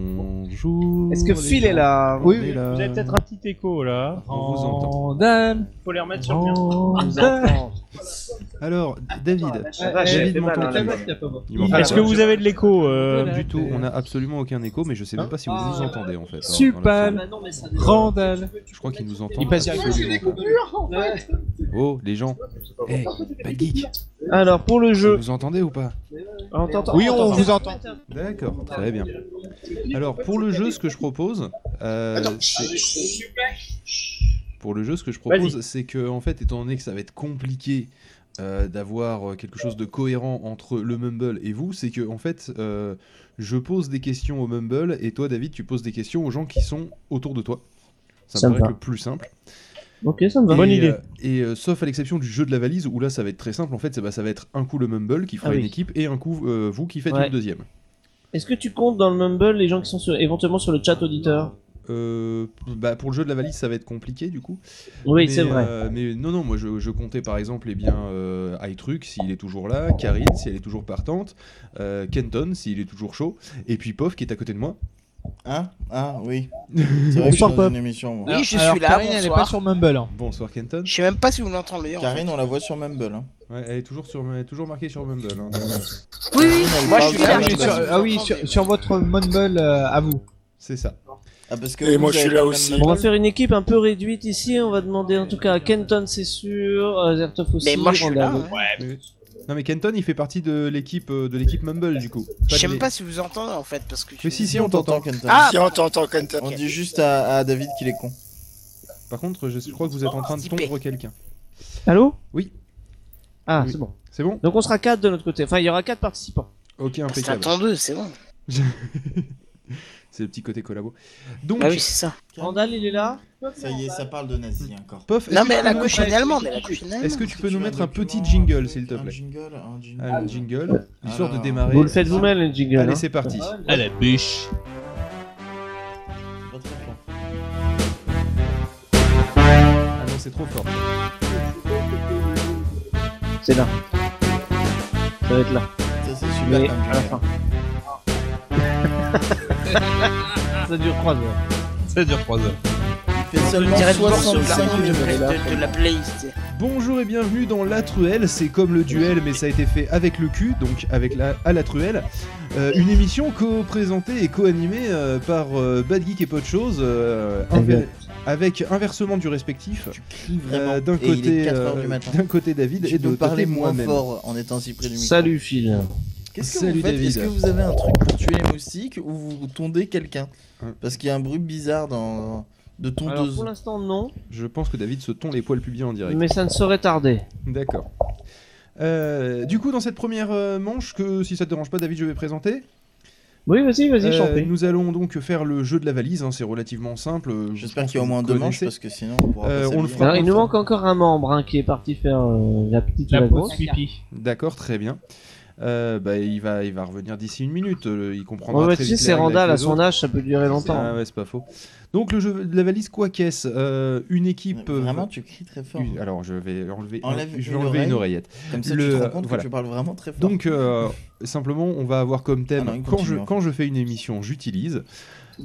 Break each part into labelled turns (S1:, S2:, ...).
S1: Bonjour.
S2: Est-ce que Phil est là
S3: Oui,
S1: On est
S3: oui.
S1: là.
S4: Vous avez peut-être un petit écho là.
S1: On vous entend.
S3: Dame,
S4: Faut les remettre sur bien.
S3: Dame.
S1: Alors, David,
S2: Ah, j'ai
S1: David
S2: fait mal,
S1: m'entend-il
S2: hein, là-bas.
S1: Il m'entend
S4: Est-ce
S1: pas.
S4: que vous avez de l'écho euh,
S3: Voilà.
S1: du tout On a absolument aucun écho, mais je sais même pas si vous
S2: Ah.
S1: nous entendez en fait.
S3: Super. Bah
S1: Dans l'absolu.
S3: Randall.
S1: Je crois qu'il nous entend.
S3: Il passe directement.
S1: absolument pas. Oh, les gens. Eh, pas de geek.
S2: Alors pour le
S1: Vous
S2: jeu,
S1: nous entendez ou pas
S2: on t'entend-
S3: Oui, on
S2: t'entend.
S3: vous entend.
S1: D'accord, très bien. Alors pour le jeu, ce que je propose, euh, c'est- pour le jeu, ce que je propose, c'est que en fait, étant donné que ça va être compliqué euh, d'avoir euh, quelque chose de cohérent entre le Mumble et vous, c'est que en fait, euh, je pose des questions au Mumble et toi, David, tu poses des questions aux gens qui sont autour de toi. Ça,
S2: Ça
S1: me
S2: me
S1: paraît
S2: va.
S1: le plus simple.
S2: Ok, ça me va.
S1: Et,
S4: Bonne idée.
S1: euh, et euh, sauf à l'exception du jeu de la valise, où là ça va être très simple, en fait, c'est- bah, ça va être un coup le Mumble qui fera
S2: Ah oui.
S1: une équipe et un coup euh, vous qui faites
S2: Ouais.
S1: une deuxième.
S2: Est-ce que tu comptes dans le Mumble les gens qui sont sur- éventuellement sur le chat auditeur
S1: Euh, bah, pour le jeu de la valise, ça va être compliqué du coup.
S2: Oui,
S1: Mais,
S2: c'est vrai.
S1: euh, mais non, non, moi je, je comptais par exemple eh bien, euh, iTruc s'il est toujours là, Karine si elle est toujours partante, euh, Kenton s'il est toujours chaud, et puis Pof qui est à côté de moi.
S5: Hein Ah oui. C'est vrai que je suis
S3: Bonsoir,
S5: dans une émission. moi.
S6: Oui, je
S3: Alors,
S6: suis là,
S3: Karine, elle est
S6: bonsoir.
S3: pas sur Mumble. hein.
S1: Bonsoir Kenton.
S6: Je sais même pas si vous l'entendez. en
S5: Karine, on la voit sur Mumble. Hein.
S1: Ouais, elle est toujours, sur, elle est toujours marquée sur Mumble. hein.
S7: Oui, oui.
S5: Karine, elle
S6: Moi, je
S5: parle
S6: suis
S5: sur
S6: là,
S3: Ah oui,
S2: bah,
S3: sur,
S5: Mumble.
S3: ah oui, sur- sur votre Mumble euh, à vous.
S1: C'est ça.
S5: Ah, parce que
S8: Et
S5: vous
S8: moi, je suis
S5: avez
S8: là
S5: le même
S8: aussi.
S5: Mumble.
S2: On va faire une équipe un peu réduite ici. On va demander en tout cas à Kenton, c'est sûr, euh, Zertov aussi.
S6: Mais moi, je suis là.
S2: Randall.
S6: hein.
S1: Mais- Non mais Kenton il fait partie de l'équipe euh, de l'équipe Mumble du coup.
S6: Je sais
S1: de-
S6: même pas si vous entendez en fait, parce que.
S1: Mais si si
S5: Si,
S1: on t'entend.
S5: Kenton.
S6: Ah,
S8: Si on t'entend, Quentin.
S5: On dit juste à, à David qu'il est con.
S1: Par contre je, je crois que vous êtes en train de
S6: Participez.
S1: tondre quelqu'un.
S2: Allô
S1: Oui.
S2: Ah,
S1: Oui.
S2: c'est bon.
S1: C'est bon
S2: Donc on sera quatre de notre côté. Enfin, il y aura quatre participants.
S1: Ok
S6: c'est
S1: impeccable.
S6: un deux, c'est bon.
S1: C'est le petit côté collabo. Donc
S6: Bah
S2: Ah
S6: oui, c'est ça.
S2: Randall, il est là
S5: Ça y est, ça parle de nazi encore.
S1: Pof, est-ce
S6: Non,
S1: que
S6: mais
S1: tu
S6: elle a
S1: peux nous
S6: couché
S1: mettre-
S6: une allemande, elle a couché une allemande.
S1: Est-ce que tu peux nous mettre un petit jingle, s'il te plaît
S5: euh, Un jingle, un jingle.
S2: Ah,
S1: Un jingle, histoire de
S5: Alors.
S1: démarrer.
S2: Vous le faites vous-même, le jingle.
S1: Allez,
S2: hein.
S1: c'est parti.
S4: À la bûche.
S5: Pas très fort.
S1: Ah non, c'est trop fort.
S2: C'est là. Ça va être là.
S5: Ça, c'est super
S2: Mais
S5: comme
S2: à la
S5: jingle.
S2: fin. Ça dure 3 heures.
S4: Ça dure 3 heures.
S5: Il fait seulement
S6: Direct morceau de la-
S5: 65
S6: de
S5: minutes.
S6: la- de la playlist.
S1: Bonjour et bienvenue dans La Truelle. C'est comme le duel, mais ça a été fait avec le cul, donc avec la, à La Truelle. Euh, une émission co-présentée et co-animée euh, par euh, Bad Geek et Pas de Choses, euh, inver- avec inversement du respectif.
S5: Tu cries
S1: Euh,
S5: vraiment.
S1: d'un
S5: Et il est
S1: côté,
S5: 4
S1: euh,
S5: heures du matin.
S1: d'un côté David
S5: Tu
S1: et de
S5: peux
S1: l'autre côté
S5: parler moins
S1: moi-même.
S5: fort en étant si près du micro.
S2: Salut Phil.
S5: Qu'est-ce que
S1: Salut,
S5: vous faites
S1: David.
S5: Est-ce que vous avez un truc pour tuer les moustiques ou vous tondez quelqu'un
S1: Hein.
S5: Parce qu'il y a un bruit bizarre dans de
S2: Alors pour
S5: tondeuse.
S2: l'instant non,
S1: Je pense que David se tond les poils plus bien en direct.
S2: mais ça ne saurait tarder.
S1: D'accord. Euh, du coup, dans cette première euh, manche, que si ça te dérange pas, David, je vais présenter.
S2: Oui, vas-y, vas-y,
S1: Euh,
S2: chantez.
S1: nous allons donc faire le jeu de la valise, hein, c'est relativement simple. euh, je
S5: J'espère
S1: pense
S5: qu'il y a au
S1: que
S5: moins
S1: vous
S5: deux manches
S1: connaissez.
S5: parce que sinon on pourra
S1: Euh,
S5: pas
S1: on le
S5: s'habiller.
S1: fera.
S2: Alors, il nous manque encore un membre hein, qui est parti faire euh, la petite ou
S4: La
S2: la
S4: pause
S2: grosse.
S4: pipi.
S1: D'accord, très bien. Euh, bah, il, va, il va revenir d'ici une minute, euh, il comprendra
S2: Ouais, ouais,
S1: très
S2: tu
S1: vite
S2: sais,
S1: les
S2: c'est
S1: règles
S2: Randall à
S1: avec les
S2: son
S1: autres.
S2: âge, ça peut durer longtemps.
S1: Ah ouais, c'est pas faux. Donc le jeu de la valise, quoi qu'est-ce Euh, Une équipe... euh,
S5: Vraiment, tu cries très fort.
S1: une- Alors je vais enlever,
S5: Enlève
S1: je vais
S5: une
S1: enlever
S5: oreille.
S1: une oreillette.
S5: Comme ça,
S1: le-
S5: tu te rends compte
S1: voilà.
S5: que tu parles vraiment très fort.
S1: Donc euh, simplement, on va avoir comme thème,
S5: Ah non, il
S1: quand,
S5: continue,
S1: je,
S5: en fait.
S1: quand je fais une émission, j'utilise.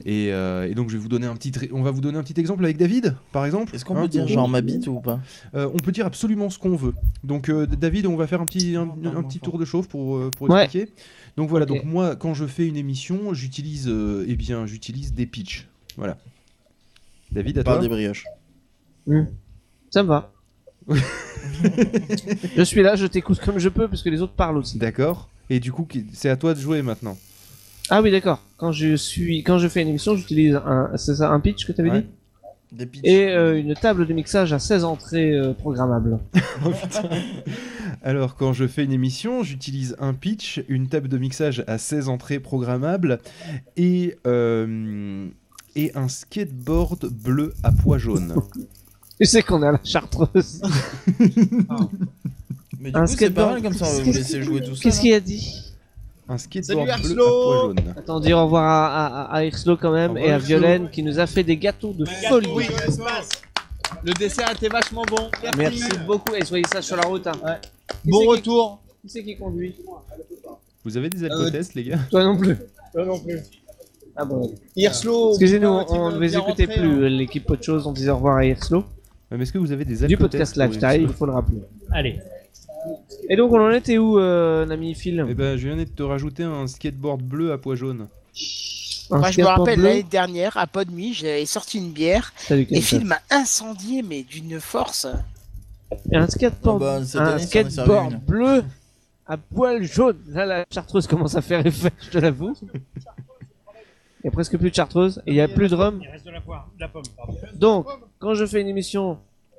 S1: Et, euh, et donc je vais vous donner un petit, tré- on va vous donner un petit exemple avec David, par exemple.
S5: est-ce qu'on
S1: Hein,
S5: peut dire
S1: pour-
S5: genre ma bite ou pas
S1: Euh, on peut dire absolument ce qu'on veut. Donc euh, David, on va faire un petit, un, un petit tour de chauffe pour, euh, pour
S2: Ouais.
S1: expliquer. Donc voilà,
S2: Ok.
S1: donc moi quand je fais une émission, j'utilise euh, eh bien j'utilise des pitchs. Voilà. David, à
S5: Parle
S1: toi.
S5: des brioches.
S2: Ça me va. je suis là, je t'écoute comme je peux parce que les autres parlent aussi.
S1: D'accord. Et du coup, qui- c'est à toi de jouer maintenant.
S2: Ah oui, d'accord. Quand je suis, quand je fais une émission, j'utilise un, c'est ça, un pitch que t'avais
S1: Ouais.
S2: dit,
S5: Des pitchs.
S2: et euh, une table de mixage à 16 entrées euh, programmables.
S1: Oh, Alors quand je fais une émission, j'utilise un pitch, une table de mixage à 16 entrées programmables et euh, et un skateboard bleu à poids jaune.
S2: Tu sais qu'on est à la chartreuse.
S5: Mais du
S2: un
S5: coup, c'est pas
S2: skateboard.
S5: mal comme ça, on va vous
S2: Qu'est-ce-
S5: laisser jouer tout ça.
S2: Qu'est-ce qu'il a dit
S1: Un skateboard bleu à
S8: Arslo
S1: poids jaune.
S2: Attends, dire au revoir à, à, à Irslo quand
S1: Au
S2: même
S1: revoir,
S2: et à
S1: Irslo.
S2: Violaine qui nous a fait des gâteaux de folie.
S9: Le dessert était vachement bon.
S2: Merci beaucoup et soyez sages sur la route. Hein. Qui
S9: Bon
S2: c'est qui-
S9: retour.
S2: Qui c'est qui conduit
S1: Vous avez des alcotests, les gars
S2: Toi non plus.
S9: non plus.
S2: Ah bon.
S3: Hier slow.
S2: Excusez-nous,
S3: putain, tu
S2: on
S3: veux
S2: ne les
S3: bien
S2: écoutait
S3: rentrer,
S4: hein.
S2: plus. L'équipe Autre chose, on disait au revoir à Hirslo
S1: Ouais, mais est-ce que vous avez des
S2: du
S1: alcotestes
S2: podcast
S1: pour
S2: Lifestyle, il
S1: Hirslo
S2: faut le rappeler.
S4: Allez.
S2: Et donc, on en était où, euh, l'ami Phil
S1: Eh ben, je viens de te rajouter un skateboard bleu à pois jaune.
S2: Un
S6: Moi, je me
S2: skateboard
S6: rappelle
S2: bleu
S6: l'année dernière, à Podmi, j'avais sorti une bière
S2: Salut,
S6: et
S2: Kenton.
S6: Phil m'a incendié, mais d'une force.
S2: Et un skateboard,
S5: Ah bah, cette
S2: un
S5: année, ça en est servi
S2: skateboard
S5: une.
S2: bleu à poil jaune. Là, la chartreuse commence à faire effet, je te l'avoue. Il n'y a presque plus de chartreuse et il n'y a plus de rhum.
S4: Il reste de la, poire, de la pomme. Pardon.
S2: Donc, quand je fais une émission,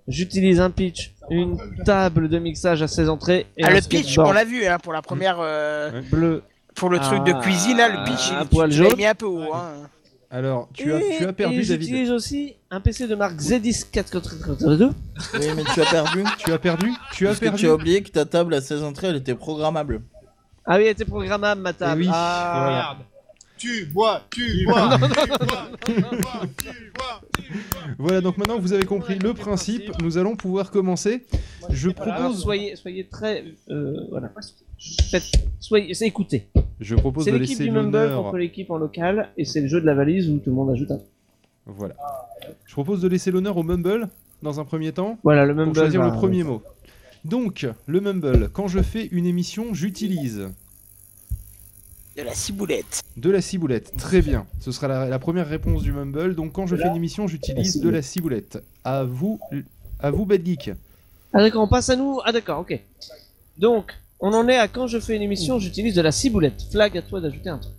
S2: j'utilise un pitch, une table de mixage à ses entrées et
S6: ah,
S2: un
S6: le pitch, on
S2: skateboard
S6: l'a vu hein, pour la première. euh,
S2: bleu.
S6: Pour le truc
S2: Ah,
S6: de cuisine, là, le pitch,
S2: un
S6: il- tu-
S2: poil
S6: tu l'as
S2: jaune.
S6: mis un peu haut. Hein.
S1: Alors, tu as, tu as perdu,
S2: et
S1: David.
S2: J'utilise aussi un PC de marque Zedis 4482.
S5: Oui, mais tu as perdu.
S1: Tu as perdu Tu as
S5: Parce que
S1: perdu
S5: tu as oublié que ta table à 16 entrées, elle était programmable.
S2: Ah oui, elle était programmable ma table.
S1: Eh oui,
S2: Ah,
S3: Tu hein. bois, tu bois, tu bois, tu bois, tu bois.
S1: Voilà, donc maintenant que vous avez compris le principe, nous allons pouvoir commencer. Je
S2: Voilà,
S1: propose,
S2: soyez, soyez très. euh, voilà. Faites- soyez, c'est écouter.
S1: je propose
S2: C'est
S1: de
S2: l'équipe
S1: laisser
S2: du Mumble
S1: l'honneur.
S2: contre l'équipe en local, et c'est le jeu de la valise où tout le monde ajoute un.
S1: Voilà. Je propose de laisser l'honneur au Mumble dans un premier temps
S2: Voilà, le Mumble. Ah. bah,
S1: pour choisir
S2: va-
S1: le premier mot. Donc, le Mumble. Quand je fais une émission, j'utilise
S6: De la ciboulette.
S1: de la ciboulette. Très bien. Ce sera la, la première réponse du Mumble. Donc, quand je fais une émission, j'utilise de la ciboulette. À vous, à vous, Bad Geek.
S2: Ah d'accord, on passe à nous. Ah d'accord, ok. Donc, on en est à quand je fais une émission, j'utilise de la ciboulette. Flag à toi d'ajouter un truc.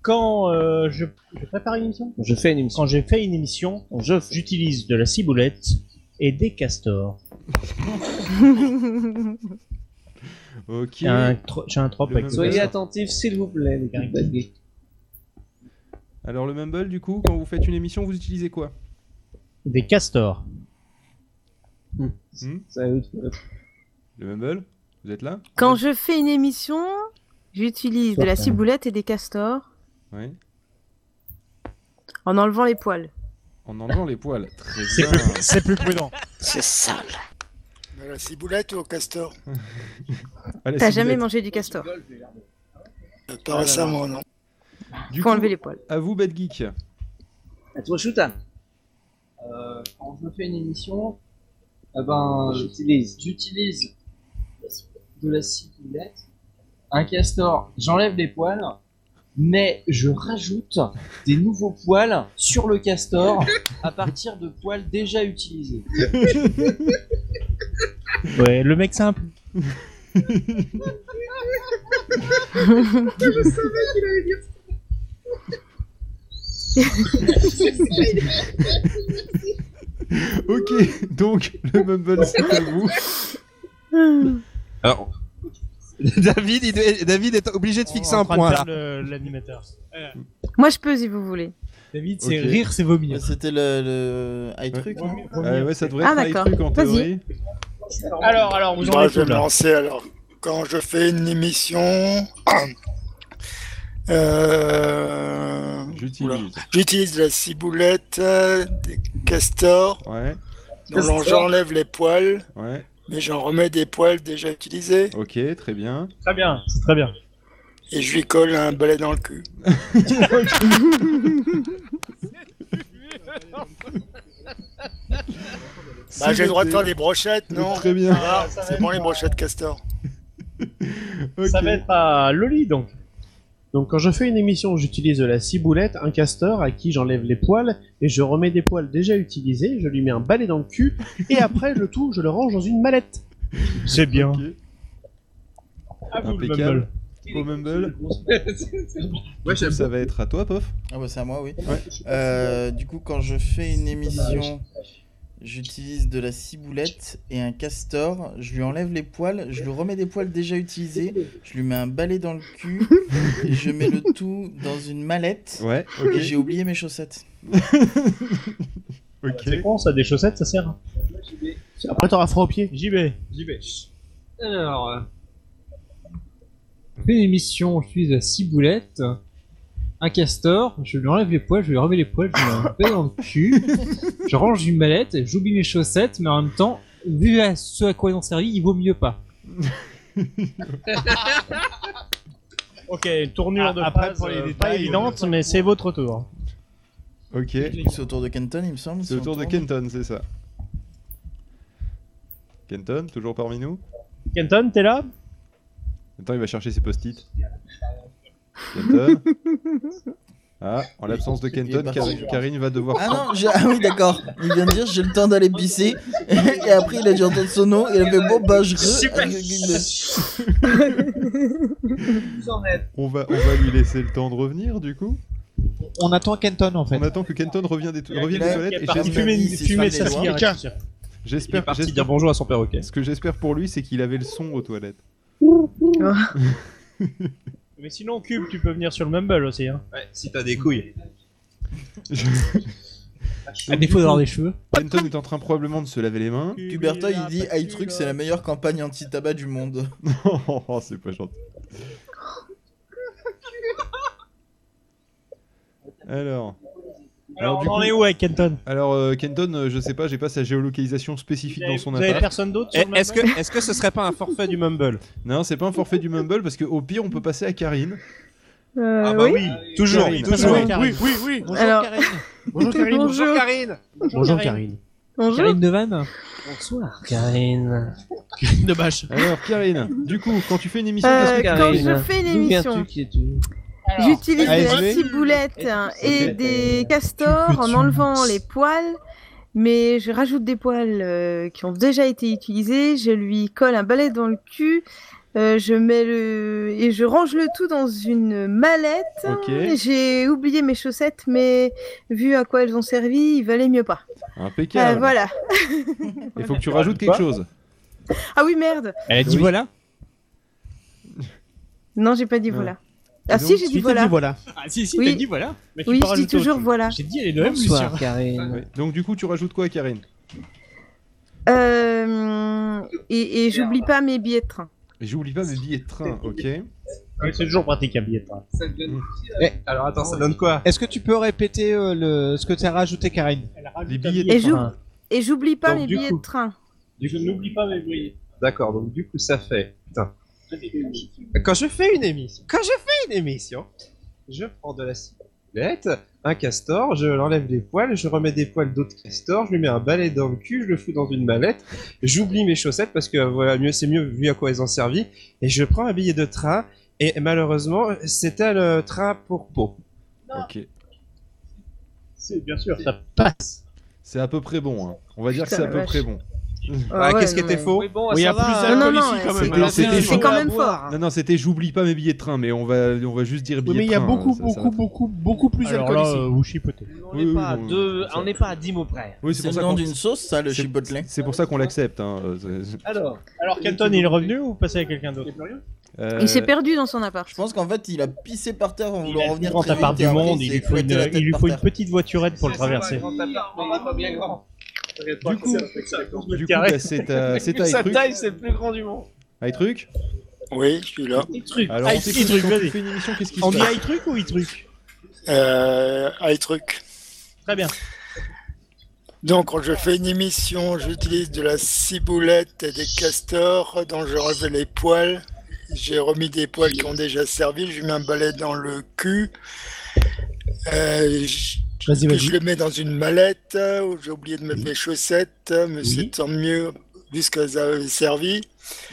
S4: Quand euh, je, je prépare une émission
S2: Je fais une émission.
S4: Quand j'ai fait une émission,
S2: Je fais.
S4: j'utilise de la ciboulette et des castors.
S1: Ok.
S4: J'ai un, tro- j'ai un 3
S1: Le
S4: avec
S1: même-
S2: Soyez
S1: D'accord.
S2: attentifs, s'il vous plaît, les gars.
S1: Alors, le Mumble, du coup, quand vous faites une émission, vous utilisez quoi
S4: des castors.
S1: Le Mumble Vous êtes là
S10: Quand je fais une émission, j'utilise de la ciboulette et des castors
S1: Oui.
S10: en enlevant les poils.
S1: En enlevant les poils. Très
S11: C'est
S1: bien.
S11: plus, c'est plus prudent.
S6: C'est sale.
S8: De la ciboulette ou au castor
S1: Ah, la
S10: T'as
S1: ciboulette.
S10: jamais mangé du castor
S8: Euh, Pas récemment, non.
S1: Du
S10: Faut
S1: coup,
S10: enlever les poils.
S1: à vous, Bad Geek.
S2: À toi, Shootan. Euh, quand je fais une émission, eh ben, j'utilise. J'utilise de la ciboulette, un castor, j'enlève les poils, mais je rajoute des nouveaux poils sur le castor à partir de poils déjà utilisés.
S11: Ouais, le mec simple.
S1: Ok, donc le Mumble c'est à vous.
S11: Alors,
S3: David, il doit- David est obligé de fixer un point là.
S4: L'animateur.
S10: Moi, je peux si vous voulez.
S3: David,
S1: c'est Ok.
S3: rire, c'est
S5: Mais
S3: vomir.
S5: C'était le, le... high truc. hein.
S1: Euh, ouais, ça devrait
S10: Ah,
S1: être un
S10: d'accord.
S1: truc en
S10: Vas-y.
S1: théorie.
S4: Alors, alors, vous en
S8: Moi,
S4: êtes
S8: je
S4: où
S8: vais me
S4: là
S8: lancer alors. Quand je fais une émission, euh,
S1: J'utilise.
S8: j'utilise la ciboulette, euh, des castors,
S1: Ouais,
S8: dont j'en- j'enlève les poils,
S1: ouais.
S8: mais j'en remets des poils déjà utilisés,
S1: Ok, très bien.
S4: Très bien, c'est très bien.
S8: et je lui colle un balai dans le cul. Bah, j'ai le droit de faire des brochettes, non
S1: Très bien.
S8: Ah, C'est bon les brochettes castor.
S1: Ok.
S4: Ça va être à Loli donc.
S12: Donc quand je fais une émission, j'utilise de la ciboulette, un castor à qui j'enlève les poils et je remets des poils déjà utilisés, je lui mets un balai dans le cul et après le tout, je le range dans une mallette.
S11: c'est bien.
S1: Ok.
S4: À vous, le
S1: Impeccable.
S4: Mumble.
S1: Au Mumble. Du coup, ça va être à toi, Pof.
S5: Ah bah c'est à moi, oui.
S1: Ouais.
S5: Euh, du coup, quand je fais une émission, j'utilise de la ciboulette et un castor. Je lui enlève les poils, je lui remets des poils déjà utilisés, je lui mets un balai dans le cul et je mets le tout dans une mallette.
S1: Ouais,
S5: Et
S1: ok.
S5: j'ai oublié mes chaussettes.
S1: ok.
S4: C'est con ça, des chaussettes ça sert
S12: Après t'auras froid aux pieds.
S4: J'y vais.
S2: Alors, euh,
S13: Je fais une émission, je suis la ciboulette, un castor, je lui enlève les poils, je lui remets les poils, je lui mets un balai dans le cul, je range une mallette, j'oublie mes chaussettes, mais en même temps, vu à ce à quoi ils ont servi, il vaut mieux pas.
S4: Ok, une tournure
S14: Ah,
S4: de
S14: après,
S4: phrase
S14: pour les
S4: euh,
S14: détails,
S4: pas évidente, mais c'est votre tour.
S1: Ok.
S5: C'est au tour de Kenton, il me semble.
S1: C'est
S5: si
S1: au
S5: on
S1: tour de
S5: tourne.
S1: Kenton, c'est ça. Kenton, toujours parmi nous
S4: Kenton, t'es là
S1: Attends, il va chercher ses post-it. Kenton Ah, en l'absence de
S5: Il est
S1: Kenton,
S5: parti.
S1: Kar- Karine va devoir.
S5: Ah non, j'ai- ah oui, d'accord. Il vient de dire j'ai le temps d'aller pisser. Et après, il a dû entendre son nom. Et il a fait bon, bah, je re-
S15: Vous en êtes.
S1: On va, on va lui laisser le temps de revenir, du coup.
S14: On attend Kenton en fait.
S1: On attend que Kenton revienne des, to-
S4: Il y a
S1: revienne
S4: quelqu'un
S1: des toilettes
S4: qui est
S1: et
S4: parti
S1: j'espère-
S4: fumer une-
S1: c'est
S4: fumer
S1: pas
S4: sa
S1: les lois.
S4: cigarette.
S1: J'espère.
S3: parti
S1: j'espère-
S3: dire bonjour à son perroquet.
S1: Ce que j'espère pour lui, c'est qu'il avait le son aux toilettes.
S4: Mais sinon, Cube, tu peux venir sur le Mumble aussi. Hein.
S3: Ouais, si t'as des couilles. À
S1: Donc,
S3: défaut
S1: du
S3: d'avoir
S1: coup,
S3: des cheveux.
S1: Kenton est en train probablement de se laver les mains.
S5: Huberto, il dit Ah, le truc, c'est la meilleure campagne anti-tabac du monde.
S1: oh, c'est pas gentil. Alors.
S4: Alors,
S1: du
S4: on en
S1: coup-
S4: est où avec Kenton
S1: Alors, euh, Kenton, euh, je sais pas, j'ai pas sa géolocalisation spécifique dans son
S4: Vous avez
S1: appart.
S4: personne d'autre sur
S14: Eh,
S4: le Mumble
S14: Est-ce que, est que ce serait pas un forfait du Mumble
S1: Non, c'est pas un forfait du Mumble parce que au pire, on peut passer à Karine.
S10: Euh,
S4: Ah
S1: Ah bah
S4: bah
S14: oui, toujours,
S1: Karine.
S14: toujours.
S4: Oui,
S14: Karine.
S4: oui, oui.
S14: Bonjour
S10: Alors-
S14: Karine.
S16: Bonjour Karine.
S10: Bonjour.
S14: Karine.
S16: Bonjour Karine.
S10: Bonjour.
S3: Karine Devanne
S4: Bonsoir, Karine.
S14: De bâche.
S1: Alors, Karine, du coup, quand tu fais une émission,
S10: Euh,
S1: qu'est-ce que-
S10: quand je fais une émission, j'utilise de la
S14: ASV.
S10: ciboulette hein, et des castors en enlevant les poils, mais je rajoute des poils euh, qui ont déjà été utilisés, je lui colle un balai dans le cul, euh, je mets le et je range le tout dans une mallette.
S1: Ok,
S10: J'ai oublié mes chaussettes, mais vu à quoi elles ont servi, il valait mieux pas. Euh,
S1: impeccable.
S10: voilà.
S1: Il faut que tu rajoutes quelque chose.
S10: Ah oui, merde.
S14: Elle a dit
S1: Oui.
S14: voilà.
S10: Non, j'ai pas dit
S1: Ah.
S10: voilà.
S1: Et
S10: Ah
S1: donc,
S10: si, j'ai dit voilà.
S14: Ah si si,
S10: Oui.
S14: t'as dit voilà.
S4: Mais tu
S10: Oui,
S4: peux
S10: je dis
S4: rajouter autre
S10: toujours
S4: chose.
S10: voilà.
S14: J'ai dit elle est de même, Lucien.
S2: Ah,
S1: Ouais. Donc, du coup, tu rajoutes quoi, Karine
S10: Euh, et et j'oublie pas mes billets de train.
S1: Et J'oublie pas mes billets de train, ok
S4: Oui, C'est toujours pratique un billet de train.
S15: Ça te donne.
S3: Alors attends, ça donne quoi
S14: Est-ce que tu peux répéter euh, le... ce que t'as rajouté Karine
S4: Elle rajoute
S1: Les
S4: un
S1: billets de
S10: Et
S1: train.
S10: j'ou- et j'oublie pas
S3: Donc,
S10: mes
S3: du
S10: billets
S3: coup-
S10: de train.
S4: Je n'oublie pas mes billets.
S3: D'accord, donc du coup ça fait. Putain. Quand je fais une émission, quand je fais une émission, je prends de la ciboulette, un castor, je l'enlève des poils, je remets des poils d'autres castors, je lui mets un balai dans le cul, je le fous dans une mallette, j'oublie mes chaussettes parce que voilà, mieux c'est mieux vu à quoi elles ont servi, et je prends un billet de train, et malheureusement, c'était le train pour Pau.
S1: Ok.
S4: Si, bien sûr, ça passe.
S1: C'est à peu près bon, hein. On va dire que
S10: Putain,
S1: c'est à
S10: la
S1: peu
S10: vache.
S1: près bon.
S10: Ah, ouais,
S3: Qu'est-ce qui
S10: non,
S3: était
S10: mais-
S3: faux
S4: Oui, bon,
S14: Oui,
S4: ça
S14: y a
S4: va,
S14: plus
S4: hein.
S10: Non, non, non,
S14: ici, quand
S10: c'est-
S14: même,
S1: hein.
S10: c'est
S1: C'était
S10: c'est
S1: chaud
S10: quand
S1: à
S10: même fort. hein.
S1: Non, non, c'était j'oublie pas mes billets de train, mais on va, on va juste dire billets
S16: Ah. Oui, mais il y a
S1: de train,
S16: beaucoup,
S1: ça- ça va
S16: beaucoup,
S1: très-
S16: beaucoup, beaucoup plus
S14: Alors
S16: d'alcool
S14: là,
S16: ici.
S14: euh, vous chipotez.
S4: On
S1: Oui,
S4: n'est pas, à
S1: oui, non,
S4: deux-
S1: ça-
S4: on n'est pas à 10 mots près.
S1: Oui, c'est
S5: C'est
S1: pour
S5: le
S1: ça
S5: nom
S1: qu'on-
S5: d'une sauce, ça, le
S1: c'est-
S5: chipotle.
S1: C'est pour ça qu'on l'accepte. Hein. euh, c'est-
S15: Alors,
S4: Alors, Kenton, il est revenu ou passé à quelqu'un d'autre
S1: euh,
S10: Il s'est perdu dans son appart.
S5: Je pense qu'en fait, il a pissé par terre en
S4: Il
S5: voulant
S4: a
S5: revenir
S4: grand
S5: très vite.
S4: appart
S5: et
S4: du
S5: après,
S4: monde,
S5: il
S4: il
S5: s'est
S4: lui faut
S5: éclaté
S4: une,
S5: la tête
S4: il lui
S5: par
S4: faut une
S5: terre.
S4: petite voiturette pour le
S15: Ça, c'est
S4: traverser.
S15: pas un grand appart, mais il est pas bien grand.
S1: Du coup, Du coup, bah, c'est
S2: euh,
S1: à c'est à
S4: Sa
S1: Etruc.
S4: taille, c'est le plus grand du monde.
S1: À Etruc
S8: Oui, je suis là.
S1: Alors, on
S4: Ah,
S1: t'écoute,
S4: Etruc,
S1: quand tu
S4: vas-y.
S1: fais une émission, qu'est-ce qui
S4: On
S1: se
S4: dit
S1: passe
S4: high truc ou i truc
S8: Euh, aïe, truc.
S4: Très bien.
S8: Donc, quand je fais une émission, j'utilise de la ciboulette et des castors dont je relève les poils. J'ai remis des poils qui ont déjà servi. Je mets un balai dans le cul. Euh, je-
S16: Vas-y,
S8: puis
S16: vas-y.
S8: je le mets dans une mallette euh, où j'ai oublié de mettre mes chaussettes, euh, mais c'est tant mieux vu ce qu'elles avaient servi.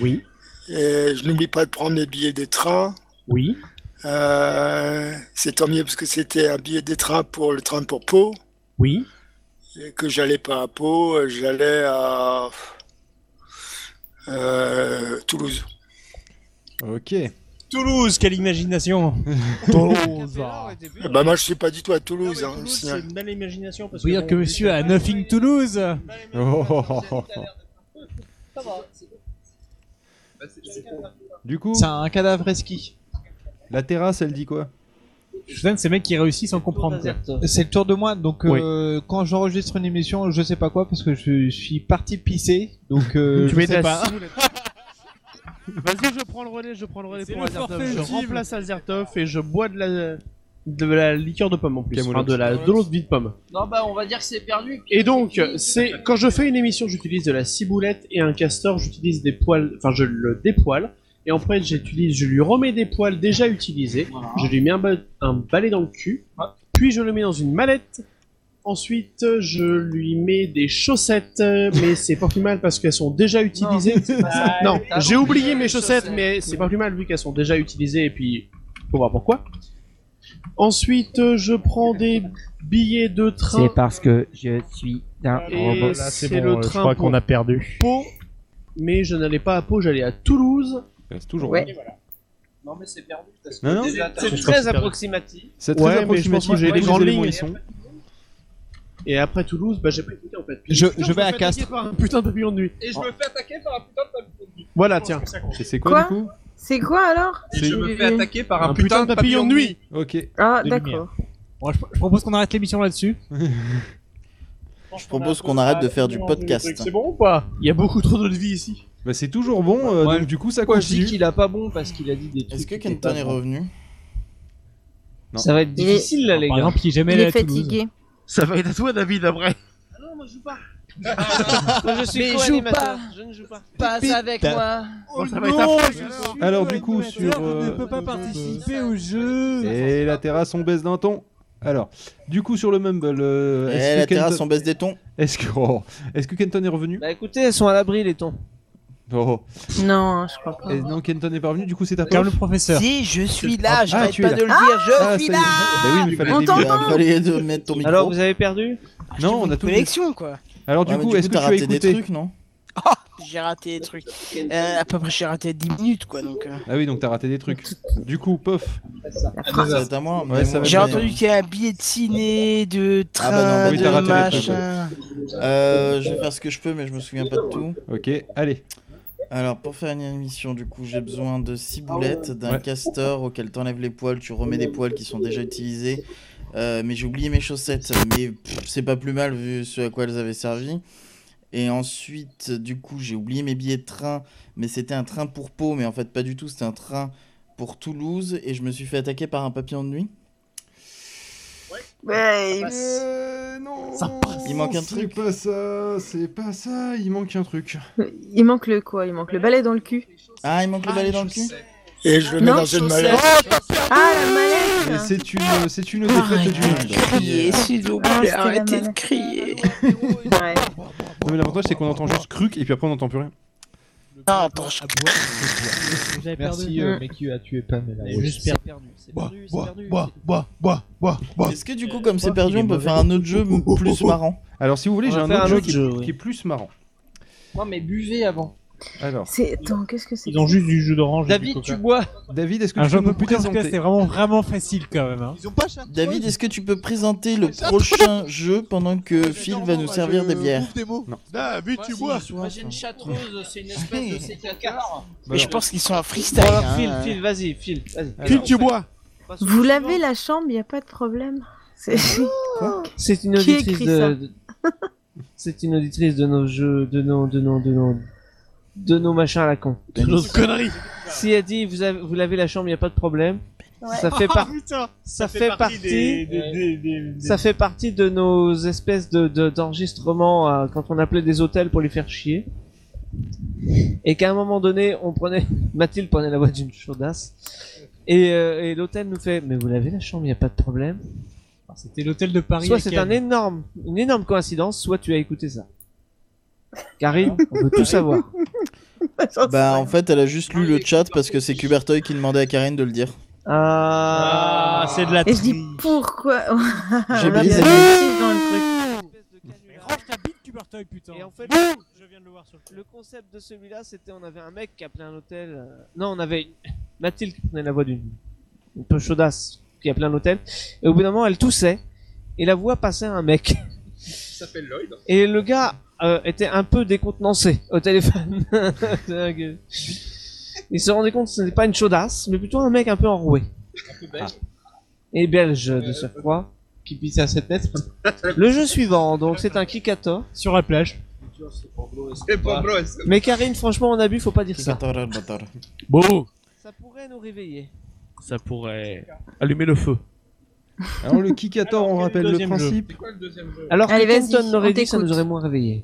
S16: Oui.
S8: Et je n'oublie pas de prendre les billets des trains.
S16: Oui.
S8: Euh, c'est tant mieux parce que c'était un billet des trains pour le train pour Pau.
S16: Oui.
S8: et que j'allais pas à Pau, euh, j'allais à euh, Toulouse.
S1: Ok.
S4: Toulouse, quelle imagination
S8: Ah Bah moi je suis pas du tout à Toulouse. hein,
S4: Toulouse,
S8: si,
S4: c'est
S8: hein.
S4: une belle imagination. Parce
S14: Faut dire que monsieur a Nothing Toulouse.
S1: Oh, oh, oh, oh, oh. Oh. Du coup,
S14: C'est un cadavre esquis.
S1: la terrasse, elle dit quoi
S3: Je vous donne ces mecs qui réussissent sans comprendre. quoi.
S14: C'est le tour de moi, donc euh, quand j'enregistre une émission, je sais pas quoi parce que je suis parti pisser, donc euh, je sais pas.
S4: Vas-y, je prends le relais, je prends le relais
S14: C'est
S4: pour
S14: le
S4: Azertov.
S14: forfait
S4: Je
S14: ultime.
S4: remplace Azertov et je bois de la, de la liqueur de pomme en plus.
S1: Camoulox.
S4: Enfin, de la- de l'eau de vie de pomme.
S15: Non, bah, on va dire que c'est perdu. puis
S16: Et donc,
S15: fini.
S16: c'est quand je fais une émission, j'utilise de la ciboulette et un castor, j'utilise des poils, enfin je le dépoile.
S4: et après j'utilise, je lui remets des poils déjà utilisés, je lui mets un, ba- un balai dans le cul, puis je le mets dans une mallette. Ensuite, je lui mets des chaussettes, euh, mais c'est pas plus mal parce qu'elles sont déjà utilisées.
S17: ça.
S4: Non,
S17: Ah,
S4: j'ai
S17: oui,
S4: oublié
S17: les
S4: mes chaussettes,
S17: chaussettes.
S4: mais c'est pas plus mal vu qu'elles sont déjà utilisées et puis faut voir pourquoi. Ensuite, euh, je prends des billets de train.
S3: C'est parce que je suis un
S4: Et
S3: robot.
S4: Ah, oh, bah, là, c'est C'est bon, le je train crois pour- qu'on a
S3: perdu.
S4: Pau, mais je n'allais pas à Pau, j'allais à Toulouse.
S1: Euh, C'est toujours
S18: Non, mais c'est perdu. Parce que
S4: Non, non,
S18: déjà,
S4: c'est
S18: t'as-
S4: très approximatif.
S1: C'est très
S4: Ouais, mais je
S1: approximatif,
S4: pense que
S1: j'ai
S4: moi,
S1: les
S4: j'ai
S1: grandes
S4: les
S1: lignes.
S4: moyens. Et après Toulouse, bah j'ai pas écouté en fait. Puis,
S19: Je-
S4: putain,
S19: je vais
S4: me
S19: à
S4: fais attaquer
S19: Castres.
S4: par un putain de papillon de nuit.
S18: Et je me fais attaquer par un putain de papillon de nuit.
S4: Voilà, tiens.
S1: C'est
S10: Quoi C'est quoi alors
S18: Et je me fais attaquer par un, putain, de papillon de nuit.
S1: Ok.
S10: Ah,
S3: De lumière.
S10: d'accord.
S3: Bon, je, je propose qu'on arrête l'émission là-dessus.
S5: Je propose qu'on arrête de faire du podcast.
S4: C'est bon ou pas Il y a beaucoup trop de vie ici.
S1: Bah c'est toujours bon, euh, donc du coup ça
S18: Moi, je dis
S1: continue.
S18: qu'il a pas bon parce qu'il a dit des trucs.
S5: Est-ce que
S18: qui étaient
S5: Kenton
S18: pas
S5: est
S18: bons.
S5: revenu
S1: Non.
S18: Ça va être
S10: Il est-
S18: difficile là, les
S3: Par
S18: gars.
S3: exemple, il est jamais
S10: Il
S3: allé
S10: est
S3: à Toulouse.
S10: fatigué.
S4: Ça va être à toi David après.
S18: Non, moi je joue pas.
S2: Moi, je suis
S18: Mais joue
S2: co-animateur,
S18: pas.
S2: Je ne joue pas.
S18: Passe avec
S1: Putain.
S18: moi.
S4: Bon, ça va être
S3: Non,
S4: après.
S3: je suis
S1: Alors du coup
S3: animateur,
S1: sur...
S3: Je ne
S1: euh,
S3: peux pas participer au jeu.
S2: Ah,
S1: Et la terrasse, on baisse d'un ton. Alors, du coup sur le Mumble... euh,
S5: Eh,
S1: est-ce
S5: la
S1: que Kenton-
S5: terrasse, on baisse des tons.
S1: Est-ce que... oh, Est-ce que Kenton est revenu
S2: Bah écoutez, elles sont à l'abri, les tons.
S1: Oh.
S10: Non, je crois pas.
S1: Et non, Kenton n'est pas revenu, du coup c'est ta
S3: Comme
S1: poche
S3: le professeur.
S6: Si, je suis là,
S1: Ah,
S6: j'arrête
S1: tu es
S6: pas
S1: là.
S6: de le dire, je
S1: Ah,
S6: suis
S1: ça y est.
S6: là
S1: Bah oui, mais fallait
S10: On
S1: les-
S5: Il
S10: t'entend
S5: a fallu de mettre ton micro.
S2: Alors, vous avez perdu
S1: Non, on a tout dit.
S6: Connexion, quoi
S1: Alors du
S5: Ouais, mais
S1: coup, est-ce que
S5: t'as
S1: tu as
S5: raté des
S1: écouté
S5: trucs, non
S6: J'ai raté des trucs. Euh, à peu près, j'ai raté 10 minutes, quoi, donc... euh.
S1: Ah oui, donc t'as raté des trucs. Du coup, pof.
S5: Ça va être à moi. mais
S1: Ouais, ça
S5: moi,
S1: va
S6: J'ai
S1: bien.
S6: entendu qu'il y a un billet de ciné, de train,
S5: Ah bah non, bah
S1: oui, t'as
S6: de
S1: raté les trucs,
S6: machin...
S5: Euh, je vais faire ce que je peux, mais je me souviens pas de tout.
S1: Ok, allez.
S5: Alors, pour faire une émission, du coup, j'ai besoin de ciboulette, d'un
S1: Ouais.
S5: castor auquel t'enlèves les poils, tu remets des poils qui sont déjà utilisés. Euh, mais j'ai oublié mes chaussettes, mais pff, c'est pas plus mal vu ce à quoi elles avaient servi. Et ensuite, du coup, j'ai oublié mes billets de train, mais c'était un train pour Pau, mais en fait, pas du tout, c'était un train pour Toulouse, et je me suis fait attaquer par un papillon de nuit.
S10: Ouais,
S1: Euh, non
S5: Il manque un truc.
S1: C'est pas ça, c'est pas ça, il manque un truc.
S10: il- il manque le quoi Il manque le balai dans le cul.
S5: Ah, il manque le balai dans le cul
S8: Et je le mets
S10: Non,
S8: dans une
S10: chaussette.
S8: mallette.
S10: Ah, la mallette
S1: C'est une, c'est une défaite du monde.
S6: Criez, s'il vous
S10: Ah,
S6: plaît,
S10: c'était la
S6: arrêtez de
S10: manette.
S6: crier
S10: Ouais.
S1: Non, mais l'avantage c'est qu'on entend juste cruc et puis après on n'entend plus rien.
S6: Non, attends,
S1: Ah,
S6: je...
S1: bah.
S3: J'avais perdu.
S4: Merci euh, mec
S2: ah,
S4: qui a tué Pamela.
S3: J'ai juste
S4: Rose.
S3: perdu. C'est perdu, c'est perdu.
S19: bois, bois, bois, bois.
S5: Est-ce que, du coup, comme c'est perdu, on peut faire un autre jeu plus marrant
S1: Alors si vous voulez,
S2: On
S1: j'ai
S2: va
S1: un
S2: faire
S1: autre
S2: un
S1: jeu,
S2: autre
S1: qui,
S2: jeu, ouais.
S1: qui est plus marrant.
S18: Non, mais buvez avant.
S1: Alors,
S10: C'est... Attends, qu'est-ce que c'est
S4: Ils ont juste du jus d'orange. et du
S2: David,
S4: coca.
S2: tu bois
S1: David, est-ce que
S3: Un
S1: tu
S3: jeu
S1: peux
S3: un peu
S1: nous
S3: plus efficace,
S1: présenter
S3: c'est vraiment vraiment facile quand même. hein.
S19: Ils ont pas cher.
S5: David, est-ce que tu peux présenter le prochain jeu pendant que Phil va nous servir des bières
S1: Non.
S19: David, tu bois.
S18: Moi j'ai une chatreuse, c'est une espèce de sécateur.
S6: Mais je pense qu'ils sont à freestyle.
S2: Bon, alors,
S6: hein.
S2: file, file, vas-y, file, vas-y.
S1: Alors,
S19: tu bois.
S2: Passe au
S10: Vous
S2: suivant.
S10: lavez la chambre, y a pas de problème. C'est...
S2: C'est une
S10: Qui a
S2: auditrice
S10: écrit
S2: de.
S10: ça
S2: de- C'est une auditrice de nos jeux, de nos, de nos, de nos, de nos machins à la con.
S5: Denis.
S19: Connerie.
S2: Si elle dit vous, avez- vous lavez la chambre, y a pas de problème.
S10: Ouais.
S2: Ça fait par-
S19: Oh, Putain.
S2: ça fait partie,
S19: des- des- des- des-
S2: ça fait partie de nos espèces de de- d'enregistrements euh, quand on appelait des hôtels pour les faire chier. Et qu'à un moment donné, on prenait Mathilde prenait la voix d'une chaudasse et, euh, et l'hôtel nous fait mais vous lavez la chambre, y a pas de problème.
S3: Alors, C'était l'hôtel de Paris.
S2: Soit
S3: à
S2: c'est
S3: Cannes.
S2: un énorme, une énorme coïncidence, soit tu as écouté ça. Karine, on veut tout savoir.
S5: Bah, en fait, elle a juste lu le chat parce que c'est Cubertoy qui demandait à Karine de le dire.
S2: Ah,
S17: Ah, c'est de la
S10: Et je dis pourquoi
S5: J'ai
S10: On a
S5: brisé
S10: mis
S5: ma-
S10: un motif dans le truc.
S3: Mais range ta bite, Tubertoy, putain.
S2: Et en fait,
S17: Je viens de le voir sur le
S2: le concept de celui-là, c'était on avait un mec qui appelait un hôtel. euh, Non, on avait une- Mathilde qui prenait la voix d'une une peu chaudasse qui appelait un hôtel. Et au bout d'un moment, elle toussait et la voix passait à un mec.
S18: Il s'appelle Lloyd.
S2: Et le gars euh, était un peu décontenancé au téléphone. Il se rendait compte que ce n'était pas une chaudasse, mais plutôt un mec un peu enroué. Ah. Et belge de
S18: Euh,
S2: surcroît, qui pissait à 7 mètres. Le jeu suivant, donc c'est un Kikator.
S3: Sur la plage.
S18: C'est pas vrai.
S2: Mais Karine, franchement, on a bu, faut pas dire ça.
S4: Bon,
S2: Ça pourrait nous réveiller.
S4: ça pourrait allumer le feu.
S1: Alors le Kikator, on rappelle le
S4: deuxième jeu
S1: principe.
S18: C'est quoi le deuxième jeu
S2: Alors
S10: Allez,
S2: que
S10: vas-y,
S2: Kenton l'aurait
S10: on
S2: dit, ça
S10: t'écoute.
S2: nous aurait moins réveillé.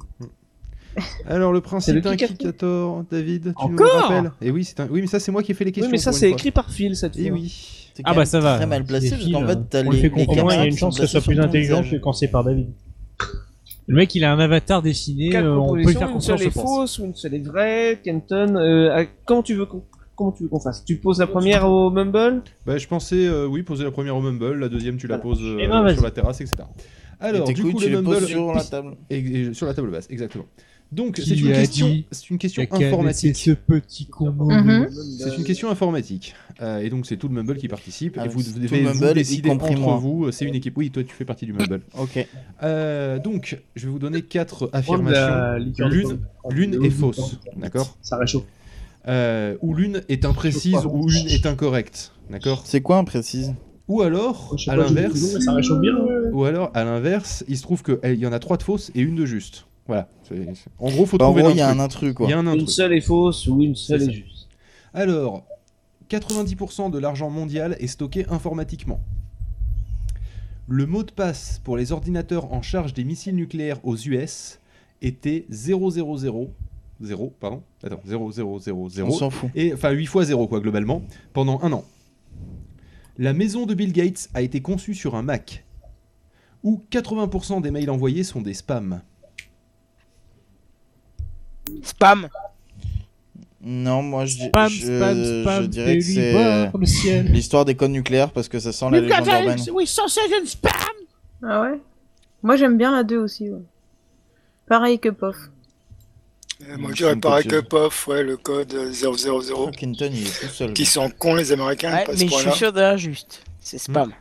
S1: Alors le principe
S2: C'est le
S1: d'un
S2: Kikator.
S1: Kikator, David, tu nous le
S2: Encore
S1: rappelles Et oui, c'est un... oui, mais ça c'est moi qui ai fait les questions.
S2: Oui, mais ça,
S1: pour une
S2: c'est
S1: fois.
S2: écrit par fil cette
S1: Eh
S2: fois.
S1: oui.
S5: C'est
S2: Ah
S5: quand
S2: bah,
S5: même
S2: ça va.
S5: Très mal placé, parce
S2: Phil,
S5: qu'en fait, t'as
S2: on le
S5: les,
S2: fait
S5: les
S2: comprendre.
S5: cartes
S2: Au moins, il y a
S5: qui
S2: une
S5: sont
S2: chance que ce soit
S5: placées
S2: plus
S5: sur ton
S2: intelligent
S5: visage.
S2: que quand c'est par David.
S3: Le mec, il a un avatar dessiné,
S2: Quatre
S3: euh, on peut lui
S2: propositions,
S3: faire
S2: une seule
S3: confiance, je
S2: est
S3: pense.
S2: fausse, une seule est vraie. Kenton, euh, à- comment tu veux qu'on comment tu veux qu'on fasse Tu poses la première au Mumble
S1: Bah, je pensais, euh, oui, poser la première au Mumble, la deuxième tu la poses euh,
S2: Eh ben, vas-y.
S1: sur la terrasse, etc. Alors,
S5: tes
S1: du
S5: couilles,
S1: coup,
S5: tu
S1: le
S5: les poses
S1: Mumble.
S5: sur la table.
S1: Et- et- sur la table basse, exactement. Donc,
S3: Qui
S1: c'est une,
S3: a
S1: question,
S3: dit
S1: c'est une question
S3: T'as qu'à
S1: informatique.
S3: laisser ce petit con mourir.
S10: Mhm.
S1: C'est une question informatique. Euh, et donc, c'est tout le Mumble qui participe. et
S5: Avec
S1: vous
S5: Ah tout le
S1: devez vous
S5: Mumble, y
S1: décider
S5: compris
S1: entre
S5: moi.
S1: vous. euh, C'est une équipe. Oui, toi, tu fais partie du Mumble.
S5: Ok.
S1: Euh, donc, je vais vous donner quatre
S2: Prendre de la
S1: affirmations.
S2: liqueur de
S1: L'une,
S2: pomme.
S1: l'une
S2: De
S1: est
S2: l'eau de
S1: fausse,
S2: pomme.
S1: d'accord
S2: Ça réchauffe.
S1: Euh, Ou l'une est
S2: Je
S1: imprécise,
S2: crois.
S1: ou l'une est incorrecte, d'accord
S5: C'est quoi imprécise
S1: Ou alors,
S2: Je sais
S1: à
S2: pas, je dis
S1: l'inverse,
S2: non, mais ça réchauffe bien.
S1: ou alors à l'inverse, il se trouve que eh, il y en a trois de fausses et une de juste. Voilà. C'est- c'est- En gros, faut
S5: Bah, en
S1: trouver
S5: gros, il y a
S1: l'intrus.
S5: un intrus, quoi.
S1: Il y a un
S2: Une
S1: intrus.
S2: seule est fausse ou une seule
S1: C'est
S2: est
S1: ça.
S2: juste.
S1: Alors, 90% de l'argent mondial est stocké informatiquement. Le mot de passe pour les ordinateurs en charge des missiles nucléaires aux US était 000 0 pardon attends 0 0 0 0
S5: On s'en fout.
S1: et enfin 8 fois 0 quoi globalement pendant un an. La maison de Bill Gates a été conçue sur un Mac où 80% des mails envoyés sont des spams.
S10: Hein,
S6: Spam.
S5: Non, moi je, di-
S3: Spam,
S5: je,
S3: spam,
S5: je
S3: spam,
S5: dirais que
S3: des livoires
S5: c'est
S3: comme le ciel.
S5: l'histoire des codes nucléaires parce que ça sent la légende urbaine.
S6: oui, sausage and spam.
S10: Ah ouais Moi j'aime bien la 2 aussi. ouais. Pareil que Pof.
S8: Euh, Moi, j'aurais
S5: Une
S8: pareil que
S5: copieuse.
S8: POF, ouais, le code euh, 000.
S5: Clinton, il est tout seul.
S8: Qui sont cons, les Américains,
S6: Ouais,
S8: pas ce
S6: mais je suis
S8: point-là.
S6: sûr de la juste. C'est spam.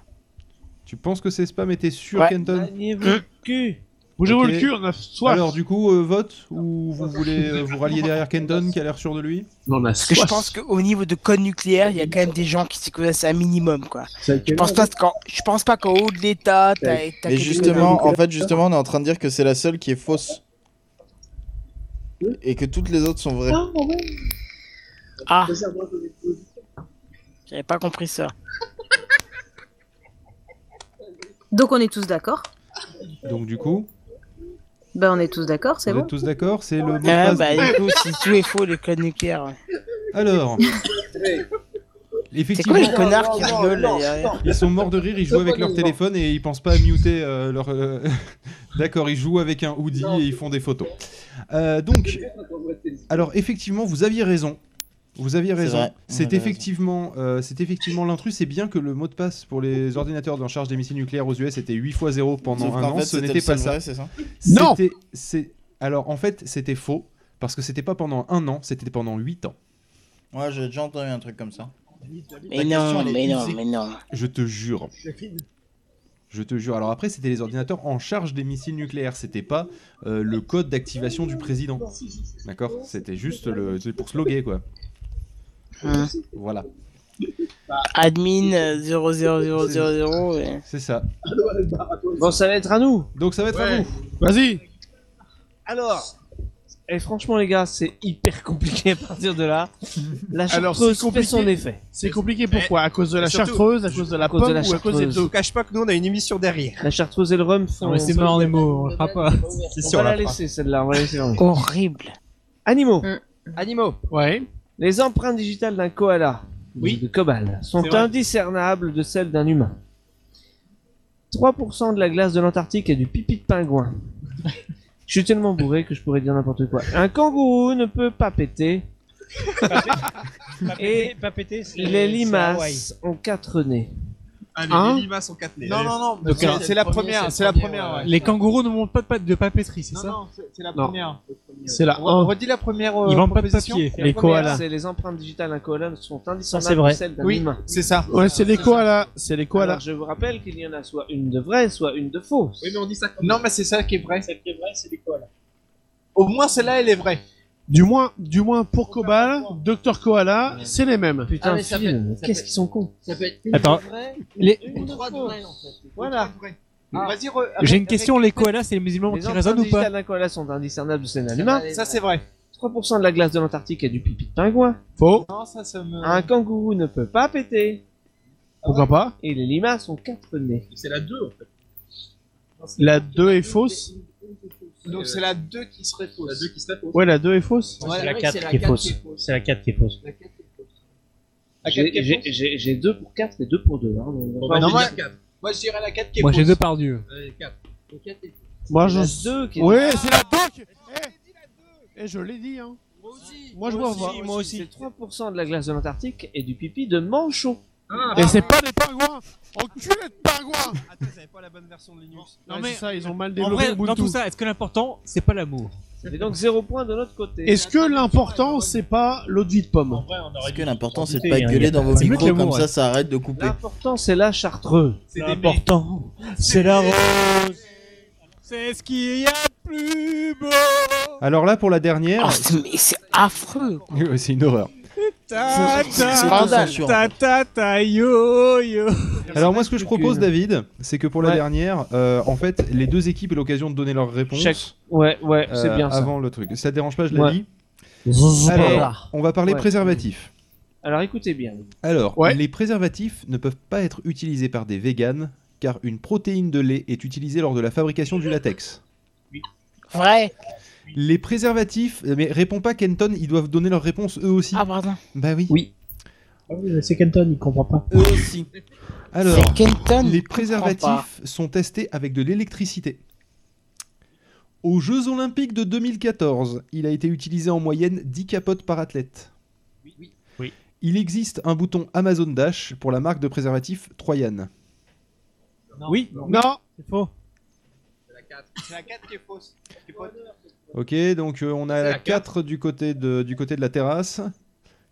S1: Tu penses que ces spams étaient sur
S6: Ouais.
S1: Kenton
S2: Maniez-vous cul
S3: Bougez-vous
S1: Ok.
S3: le cul, on a soif.
S1: Alors du coup, euh, vote ou vous voulez euh, vous rallier derrière Kenton qui a l'air sûr de lui
S2: Non, on a
S6: Parce que je
S2: soif.
S6: pense qu'au niveau de code nucléaire, il y a quand même des gens qui s'y connaissent un minimum, quoi.
S2: C'est
S6: Je pense pas qu'en, je pense pas qu'en haut de l'état, t'as, t'as que
S5: Mais
S6: des
S5: justement, en fait, justement, on est en train de dire que c'est la seule qui est fausse. Et que toutes les autres sont vraies.
S6: conneries. Ah, j'avais pas compris ça.
S10: Donc on est tous d'accord
S1: Donc du coup,
S10: Ben on est tous d'accord, c'est
S1: vous
S10: bon.
S1: êtes tous d'accord C'est le mot de
S6: Ah,
S1: passe
S6: bah,
S1: du-
S6: du coup, si tout est faux, le code nucléaire. ouais.
S1: Alors,
S6: C'est quoi les
S1: effectivement,
S6: connards qui
S20: Non, non,
S6: rigolent
S20: non,
S6: là, derrière
S1: ils sont morts de rire, ils jouent avec leur téléphone et ils pensent pas à muter euh, leur... euh, D'accord, ils jouent avec un hoodie et ils font des photos. Euh, donc, alors effectivement, vous aviez raison. Vous aviez
S5: C'est
S1: raison.
S5: vrai, on
S1: C'est
S5: avait
S1: effectivement, euh, c'est effectivement l'intrus. C'est bien que le mot de passe pour les ordinateurs en charge des missiles nucléaires aux US était 8 fois 0 pendant
S5: Sauf
S1: un
S5: qu'en
S1: an.
S5: fait,
S1: Ce
S5: c'était
S1: n'était
S5: le
S1: pas
S5: seul
S1: ça.
S5: vrai, c'est ça
S3: Non
S1: C'était- c'est- Alors en fait, c'était faux parce que c'était pas pendant un an, c'était pendant 8 ans.
S5: Ouais, j'ai déjà entendu un truc comme ça.
S6: Mais
S5: La question,
S6: non,
S5: elle est
S6: mais non,
S5: usée.
S6: mais non.
S1: Je te jure. Je te jure. Alors après, c'était les ordinateurs en charge des missiles nucléaires. C'était pas euh, le code d'activation du président. D'accord C'était juste le... c'est pour se loguer, quoi.
S6: Hein.
S1: Voilà.
S6: Admin euh, 00000. ouais.
S1: C'est ça.
S2: Bon, ça va être à nous.
S1: Donc ça va être à vous.
S3: Vas-y.
S2: Alors, et Eh, franchement les gars, c'est hyper compliqué à partir de là. La
S21: Alors,
S2: chartreuse
S21: c'est compliqué.
S2: fait son effet.
S21: C'est compliqué pourquoi À cause de la
S2: surtout-
S21: chartreuse, à cause de la
S2: à cause de
S21: pomme
S2: la
S21: ou à cause des
S2: chartreuse.
S21: deux
S4: Cache pas que nous on a une émission derrière.
S2: La chartreuse et le rhum font.
S3: Non, mais c'est mort en des mots, on le fera pas.
S4: C'est
S2: On
S4: sûr,
S2: va la
S4: là.
S2: laisser celle-là, on va la laisser.
S6: Horrible.
S2: Animaux.
S10: Mm.
S2: Animaux.
S21: Ouais.
S2: Les empreintes digitales d'un koala,
S21: Oui.
S2: oui. de cobalt,
S21: C'est
S2: sont
S21: vrai.
S2: indiscernables de celles d'un humain. 3% de la glace de l'Antarctique est du pipi de pingouin. Je suis tellement bourré que je pourrais dire n'importe quoi. Un kangourou ne peut pas péter. Et
S4: pas pété, c'est-
S2: les
S4: c'est Hawaï.
S2: limaces ont quatre nez. Ah,
S4: Ah, mais
S2: Hein
S4: les limaces sont quatre nez.
S22: Non, non, non,
S3: Donc,
S22: c'est-
S3: euh,
S22: c'est la première, c'est la première, ouais.
S3: Les kangourous ne montent pas de, pa- de papeterie, c'est
S22: Non,
S3: ça
S22: non, c'est c'est la
S2: Non.
S22: première.
S3: C'est la
S22: On re- on
S3: 1.
S22: redit la première
S3: Ils
S22: euh,
S3: vendent pas de
S22: proposition.
S3: papier,
S22: C'est la
S3: les
S22: première.
S3: koalas.
S2: C'est les empreintes digitales d'un koala sont
S4: Ça, c'est
S2: indiscernables
S4: vrai.
S2: de celles d'un
S22: Oui,
S2: humain.
S22: c'est ça.
S21: Ouais, c'est les koalas. C'est les
S2: Alors,
S21: koalas.
S2: je vous rappelle qu'il y en a soit une de vraie, soit une de fausse.
S4: Oui, mais on dit ça comme
S22: Non, mais c'est ça qui est vrai.
S4: Celle qui est vraie, c'est les koalas.
S22: Au moins, celle-là, elle est vraie.
S21: Du moins, du moins pour Cobal, Docteur Koala, c'est les mêmes.
S2: Putain,
S20: Ah, mais ça
S2: Phil,
S20: fait- ça
S2: qu'est-ce
S20: fait-
S2: qu'ils sont cons.
S20: Ça peut être une
S3: Attends.
S20: de vraie,
S3: Les-
S20: une de
S22: Trois de
S20: fausse.
S22: vraies, en
S20: Voilà.
S2: Ah.
S22: Vas-y, re-
S3: J'ai
S22: avec-
S3: une question, les koalas, c'est les musulmans
S2: Les
S3: qui
S2: empreintes
S3: résonnent ou pas
S2: digitales d'un koala sont indiscernables de celles d'un
S20: Ça
S2: humain.
S20: va aller.
S22: Ça, c'est vrai.
S2: 3% de la glace de l'Antarctique est du pipi de pingouin.
S21: Faux.
S22: Non, ça, ça me.
S2: Un kangourou ne peut pas péter.
S21: Pourquoi pas
S2: Et les limaces ont quatre nez.
S4: C'est la 2 en fait.
S21: La 2 est fausse.
S23: Donc c'est la 2 qui serait fausse. La 2 qui serait fausse.
S14: Ouais, la 2 est fausse
S23: Ouais,
S2: C'est la
S23: oui,
S2: 4 qui est fausse. C'est la 4 qui est fausse.
S23: La 4 qui est
S2: J'ai-
S23: fausse.
S2: J'ai j'ai deux pour 4 et deux hein. pour 2.
S23: Enfin, moi, moi, je dirais la 4 qui est
S3: Moi, j'ai
S23: fausse.
S3: deux par Dieu.
S23: Allez, 4. La 4 est
S14: Moi, je.
S23: La deux qui est-
S14: Ouais, c'est la 2 Eh, je l'ai dit, hein.
S23: Moi aussi.
S14: Moi, je vois voir.
S2: Moi aussi. C'est 3% de la glace de l'Antarctique et du pipi de manchot.
S14: Et
S4: Ah.
S14: c'est pas
S4: des pingouins Enculé de pingouins
S23: Attends, ils avaient pas la bonne version de Linux.
S4: Non, mais ça, ils ont mal
S2: En
S4: développé
S2: vrai,
S4: Ubuntu.
S2: dans tout ça, est-ce que l'important, c'est pas l'amour Et donc 0 point de notre côté.
S4: Est-ce que l'important, c'est pas l'eau de vie de pomme
S5: Parce que l'important, c'est de
S2: discuter,
S5: pas
S2: hein, y
S5: gueuler
S2: a
S5: dans
S2: pas-
S5: vos
S2: c'est mieux que
S5: micros,
S2: le
S5: comme
S2: mot,
S5: ça,
S2: ouais.
S5: ça arrête de couper.
S2: L'important, c'est la chartreuse. L'important, c'est la rose.
S6: C'est ce qu'il y a de plus beau.
S1: Alors là, pour la dernière.
S6: mais c'est affreux.
S1: Ouais, c'est une horreur.
S6: Ta
S1: C'est
S6: ta
S1: pas
S6: ta
S1: censuré.
S6: ta ta ta yo yo.
S1: Alors moi, ce que je propose,
S2: qu'une.
S1: David, c'est que pour la
S2: Ouais.
S1: dernière, euh, en fait, les deux équipes aient l'occasion de donner leurs réponses.
S2: Chaque- Ouais, ouais, c'est
S1: euh,
S2: bien ça.
S1: Avant le truc. Si ça te dérange pas, je la
S2: Ouais.
S1: dis.
S2: Zzzz.
S1: Alors, on va parler
S2: Ouais.
S1: préservatifs.
S2: Alors écoutez bien.
S1: Alors, les préservatifs ne peuvent pas être utilisés par des véganes car une protéine de lait est utilisée lors de la fabrication du latex.
S6: Vrai.
S1: Les préservatifs, euh, mais réponds pas Kenton, ils doivent donner leur réponse eux aussi.
S6: Ah pardon.
S1: Bah oui.
S2: Oui.
S3: C'est Kenton, il comprend pas.
S5: Eux aussi.
S1: Alors,
S6: C'est Kenton,
S1: les
S6: je comprends pas.
S1: préservatifs sont testés avec de l'électricité. Aux Jeux Olympiques de 2014, il a été utilisé en moyenne 10 capotes par athlète.
S2: Oui.
S1: Il existe un bouton Amazon Dash pour la marque de préservatif Troyan.
S2: Oui.
S4: Non
S2: C'est faux.
S23: C'est la 4 qui est fausse. C'est pas-
S1: Ok, donc euh, on a la 4 du côté de, du côté de la terrasse.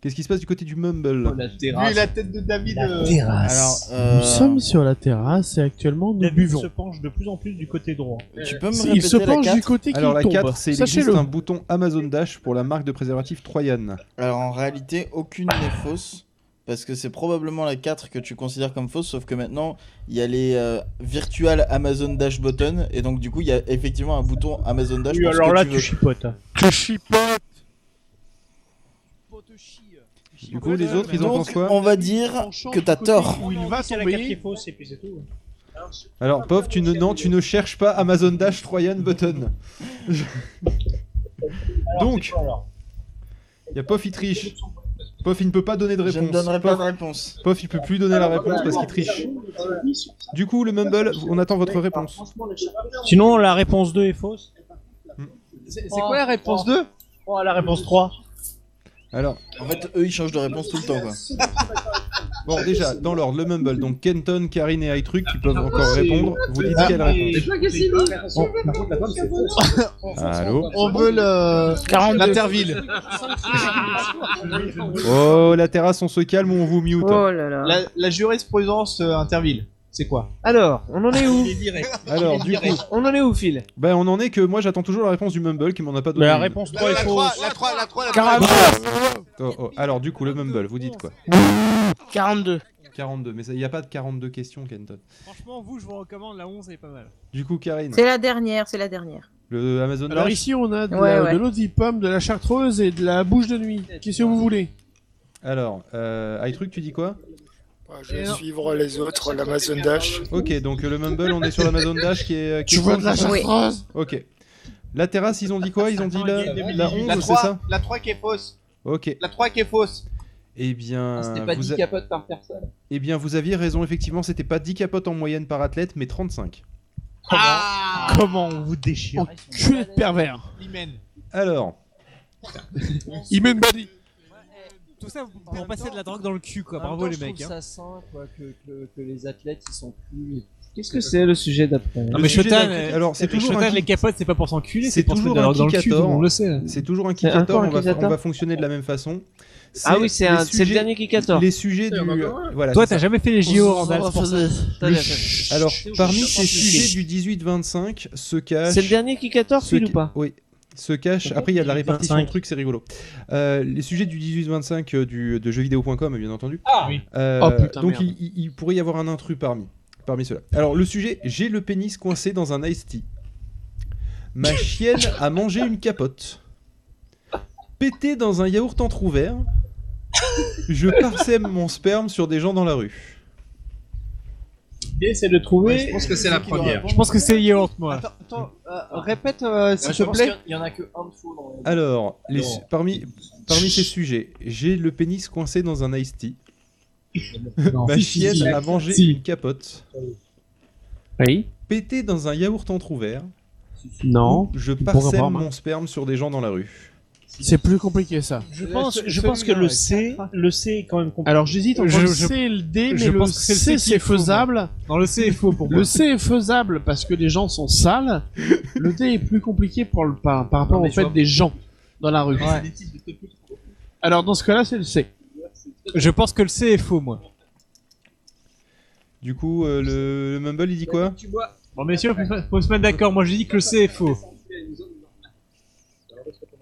S1: Qu'est-ce qui se passe du côté du Mumble
S23: Vu la tête de David. euh,
S5: terrasse. Alors, euh,
S4: Nous sommes sur la terrasse et actuellement nous
S2: David
S4: buvons.
S2: se penche de plus en plus du côté droit.
S5: Tu peux me
S4: Il se
S5: répéter la
S4: penche du
S5: 4
S4: côté qui
S1: Alors la
S4: tombe.
S1: 4, c'est il existe
S4: Sachez-le.
S1: un bouton Amazon Dash pour la marque de préservatif Troyan.
S5: Alors en réalité, aucune n'est fausse. Parce que c'est probablement la 4 que tu considères comme fausse, sauf que maintenant, il y a les euh, virtual Amazon Dash Button, et donc du coup, il y a effectivement un bouton Amazon Dash
S2: Oui,
S5: pour ce
S2: alors
S5: que
S2: là,
S5: tu
S2: tu
S5: veux.
S2: chipotes.
S5: Tu chipotes
S1: Du coup, les autres, ils en
S5: Donc,
S1: pensent quoi
S5: On va dire que t'as tort.
S4: Où il va
S2: C'est la 4 qui est
S4: tomber
S2: fausse et puis c'est tout.
S1: Alors, Pof, tu ne, non, tu ne cherches pas Amazon Dash Troyan Button. Je- Donc, il y a Pof, il triche. Pof, il ne peut pas donner de
S5: Je
S1: réponse.
S5: ne donnerai pas de réponse.
S1: Pof, Pof, il peut plus donner la réponse parce qu'il triche. Du coup, le Mumble, on attend votre réponse.
S2: Sinon, la réponse 2 est fausse.
S23: C'est c'est quoi la réponse
S4: 2
S2: Oh, la réponse 3.
S1: Alors,
S5: En fait, eux, ils changent de réponse tout le temps, quoi.
S4: Bah,
S1: bon, déjà, dans l'ordre, le Mumble. Donc, Kenton, Karine et iTruc qui peuvent encore
S4: Ah, c'est-
S1: répondre. Vous dites quelle réponse Allô
S14: On veut le.
S6: 42.
S14: L'Interville.
S1: Oh, la terrasse, on se calme ou on vous mute
S10: Oh.
S14: La, la jurisprudence euh, Interville, c'est quoi
S2: Alors, on en est où
S1: Alors, du coup,
S2: On en est où, Phil
S1: ben, on en est que moi, j'attends toujours la réponse du Mumble qui m'en a pas donné.
S2: La
S1: une.
S2: réponse 3
S9: La,
S2: est
S9: la 3,
S2: fausse.
S9: la 3, la 3, la 3.
S2: Carrément.
S3: Ah,
S1: Oh, oh, Alors, du coup, le Mumble, vous dites quoi
S6: 42.
S1: 42, mais il n'y a pas de 42 questions, Kenton.
S2: Franchement, vous, je vous recommande la 11, elle est pas mal.
S1: Du coup, Karine,
S10: C'est la dernière, c'est la dernière.
S1: le Amazon
S4: Alors
S1: Dash
S4: ici, on a de,
S10: Ouais,
S4: la-
S10: ouais.
S4: de l'eau de vie de pomme, de la chartreuse et de la bouche de nuit. Qu'est-ce que vous voulez
S1: Alors, euh, iTruc, tu dis quoi
S8: Moi, Je vais suivre les autres, l'Amazon Dash.
S1: Ok, donc euh, le Mumble, on est sur l'Amazon Dash qui est. euh, qui
S4: Tu
S1: est
S4: veux de la
S1: contre-
S10: Oui.
S4: chartreuse
S1: Ok. La terrasse, ils ont dit quoi Ils ont dit la, la 11,
S23: La
S1: c'est
S23: 3,
S1: ça
S23: la 3 qui est fausse.
S1: Ok.
S23: La 3 qui est fausse.
S1: Eh
S2: Ah,
S1: bien,
S15: C'était pas
S1: vous
S15: 10
S1: a-
S15: capotes par personne.
S1: eh bien, vous aviez raison, effectivement, c'était pas 10 capotes en moyenne par athlète, mais 35.
S10: Ah.
S2: Comment on vous déchire
S23: Ah,
S4: Culé de pervers.
S1: Alors,
S4: Il met une body.
S2: Tout ça pour passer de la drogue dans le cul, quoi. Bravo, les mecs. hein.
S15: Ça sent quoi, que, que, que les athlètes ils sont plus.
S2: Qu'est-ce que c'est le sujet d'après Non,
S1: Le
S2: mais
S1: sujet
S2: Shotan,
S1: d'après-
S2: euh,
S1: alors, c'est
S2: mais
S1: toujours
S2: Shotan,
S1: un
S2: les
S1: kick-
S2: capotes, c'est pas pour s'enculer,
S1: c'est
S2: c'est pour se mettre de
S1: toujours
S2: la
S1: un
S2: drogue dans le cul, tout le
S1: 14.
S2: monde le sait. hein.
S1: c'est toujours un
S2: C'est
S1: kick
S2: encore un
S1: on, va,
S2: kick-ator.
S1: on va fonctionner de la même façon.
S2: Ah oui, c'est
S1: les
S2: un- c'est le
S1: sujets-
S2: dernier qui Oh, 14.
S1: Les sujets du. Voilà,
S2: Toi,
S1: Ah, c'est ça.
S2: t'as jamais fait les JO, Randall, c'est pour ça. T'as déjà fait.
S1: Alors, parmi ces
S2: c'est-
S1: sujets du 18-25 se cache.
S2: C'est le dernier qui 14,
S1: se
S2: Phil, ou
S1: ca-
S2: pas
S1: Oui. Se cache. Après, il y a de la répartition de trucs, c'est rigolo. Euh, les sujets du 18-25 euh, du- de jeuxvideo.com, bien entendu.
S2: Ah oui.
S1: Euh,
S4: Oh, putain,
S1: donc,
S4: merde.
S1: il, il- il pourrait y avoir un intrus parmi, parmi ceux-là. Alors, le sujet j'ai le pénis coincé dans un iced tea. Ma chienne a mangé une capote. Pété dans un yaourt entrouvert. Je parsème mon sperme sur des gens dans la rue.
S16: L'idée, c'est de trouver.
S14: Ouais, je pense que c'est la
S16: qui doit
S14: première.
S16: répondre.
S3: Je pense que c'est Yeort, moi.
S14: Attends, attends, euh, répète euh, s'il te plaît.
S15: Il y en a que un de faux dans le.
S1: Alors, les su- parmi, parmi ces sujets, j'ai le pénis coincé dans un iced tea.
S3: Non.
S1: Ma
S4: Bah,
S3: Si,
S1: chienne
S3: si, si.
S1: a mangé
S3: Si.
S1: une capote.
S3: Oui.
S1: Pété dans un yaourt entrouvert.
S3: Non.
S1: Je
S3: Pour
S1: parsème
S3: avoir ma-
S1: mon sperme sur des gens dans la rue.
S4: C'est plus compliqué ça.
S2: Je pense, je pense que le C, le C est quand même compliqué.
S4: Alors j'hésite entre
S2: Je-
S4: le
S2: je-
S4: C et le D, mais
S2: je
S4: le
S2: pense que c'est
S4: C,
S2: le C qui
S4: c'est
S2: est faux, moi.
S4: faisable.
S3: Non, le C est faux pour moi.
S4: Le C est faisable parce que les gens sont sales. le D est plus compliqué pour le, par, par rapport
S16: Non, mais
S4: au
S16: je
S4: fait
S16: vois.
S4: des gens dans la rue.
S16: Ouais.
S4: Alors dans ce cas-là, c'est le C.
S3: Je pense que le C est faux, moi.
S1: Du coup, euh, le, le Mumble, il dit quoi
S15: Tu vois,
S3: Bon, messieurs, faut, se- faut se mettre d'accord. Moi, j'ai dit que le C est faux.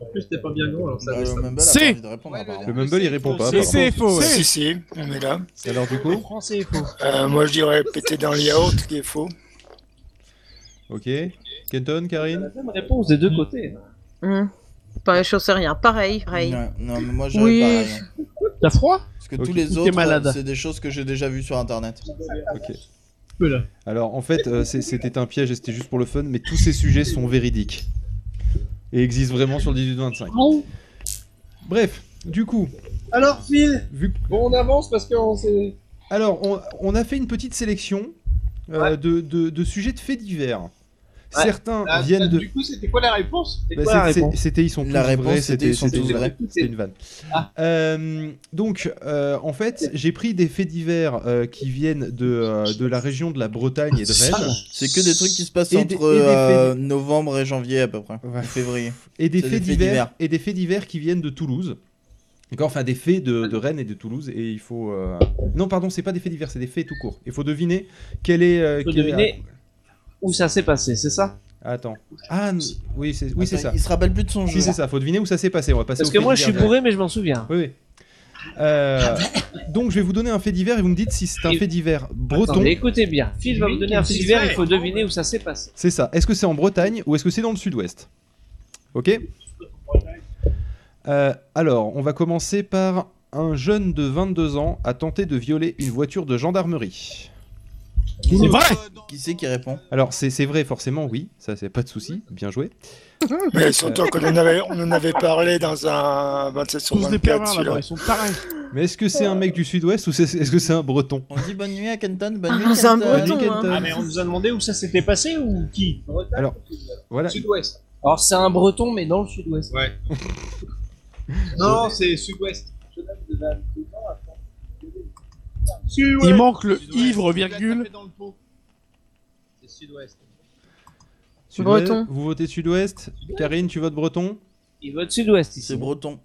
S16: En plus, t'es pas bien gros, alors ça
S5: Bah,
S16: ça-
S5: le Mumble a
S3: C'est-
S5: pas envie de répondre, apparemment.
S1: Le Mumble, il répond
S16: Bah,
S1: pas.
S3: Le
S1: apparemment.
S3: C est
S4: Oh,
S3: faux. ouais.
S8: Si, si, on est là.
S1: Alors, du
S3: Le
S1: coup,
S3: français est faux.
S8: Euh, moi, je dirais péter dans le yaourt qui est faux.
S1: ok. Kenton, Karine
S16: Même réponse des
S4: Hmm.
S16: deux côtés. hein.
S10: Hum. Pas je sais rien. Pareil, pareil.
S5: Ouais, non, mais moi j'aurais
S10: Oui.
S5: pareil. hein.
S4: T'as froid
S5: Parce que
S1: Ok.
S5: tous les
S4: T'es
S5: autres,
S4: malade.
S5: euh, c'est des choses que j'ai déjà vues sur internet.
S1: Ok.
S4: Peu, là.
S1: Alors en fait, euh, c'est- c'était un piège et c'était juste pour le fun, mais tous ces sujets sont véridiques et existent vraiment sur le 18-25.
S15: Ah
S1: Bref, du coup,
S15: Alors, Phil,
S1: vu que-
S15: bon, on avance parce qu'on s'est.
S1: alors on, on a fait une petite sélection euh, de, de- de sujets de faits divers. Certains
S15: Ah,
S1: viennent de.
S15: Du coup, c'était quoi la réponse
S1: Bah, c'est- c'est- c'était ils sont tous
S5: La réponse,
S1: vrais,
S5: c'était
S1: c'était
S5: ils sont
S1: c'était
S5: tous
S1: une-
S5: vrais.
S1: c'était une vanne.
S16: Ah.
S1: Euh, donc euh, en fait, j'ai pris des faits divers euh, qui viennent de, euh, de la région de la Bretagne et de Rennes.
S5: C'est que des trucs qui se passent
S1: Et des-
S5: entre
S1: et des faits
S5: euh, novembre et janvier à peu près.
S1: Ouais.
S5: Ou Février.
S1: et des
S5: C'est
S1: faits,
S5: des faits
S1: divers,
S5: divers.
S1: et des faits divers qui viennent de Toulouse. D'accord, enfin des faits de, de Rennes et de Toulouse et il faut euh, non pardon c'est pas des faits divers c'est des faits tout court. Il faut deviner quel est. euh,
S16: Faut
S1: quel est-
S16: deviner. Où ça s'est passé, c'est ça
S1: ah, attends ah n- oui c'est oui c'est
S5: Attends,
S1: ça
S5: Il se rappelle plus de son jeu.
S1: oui c'est ça faut deviner où ça s'est passé on va passer
S16: Parce
S1: aux
S16: que
S1: faits
S16: moi je suis
S1: divers.
S16: bourré, mais je m'en souviens.
S1: Oui, oui. Euh, donc je vais vous donner un fait divers et vous me dites si c'est un
S16: Et-
S1: fait divers breton.
S16: Attendez, écoutez bien. Phil va
S4: Oui,
S16: me donner un
S4: c'est
S16: fil divers,
S4: vrai.
S16: il faut deviner où ça s'est passé.
S1: C'est ça. Est-ce que c'est en Bretagne ou est-ce que c'est dans le sud-ouest Ok Euh, Alors, on va commencer par un jeune de 22 ans a tenté de violer une voiture de gendarmerie.
S5: Qui
S4: C'est
S5: c'est-
S4: vrai
S5: Qui c'est qui répond
S1: Alors, c'est c'est vrai, forcément, oui. Ça, c'est pas de souci. Bien joué.
S8: Mais surtout qu'on en avait, on en avait parlé dans un 27 sur
S4: Tous des
S8: 24
S4: pervers
S8: celui-là.
S4: là-bas, ils sont pareils.
S1: Mais est-ce que c'est un mec du sud-ouest ou c'est- est-ce que c'est un breton
S5: On dit bonne nuit à Kenton, bonne
S10: Ah,
S5: nuit
S10: c'est un
S5: Kenton.
S10: breton.
S1: Bonne nuit,
S10: hein.
S1: Kenton.
S16: Ah, mais on nous a demandé où ça s'était passé ou qui
S1: Alors, voilà.
S15: Sud-Ouest.
S16: Alors c'est un breton, mais dans le sud-ouest.
S15: Non, c'est Sud-Ouest. Genève de la-
S4: Il manque le ivre, virgule.
S15: C'est Sud-Ouest.
S1: Sud-ouest,
S10: Breton.
S1: Vous votez sud-ouest Karine, tu votes breton
S16: Il vote sud-ouest ici.
S5: C'est breton.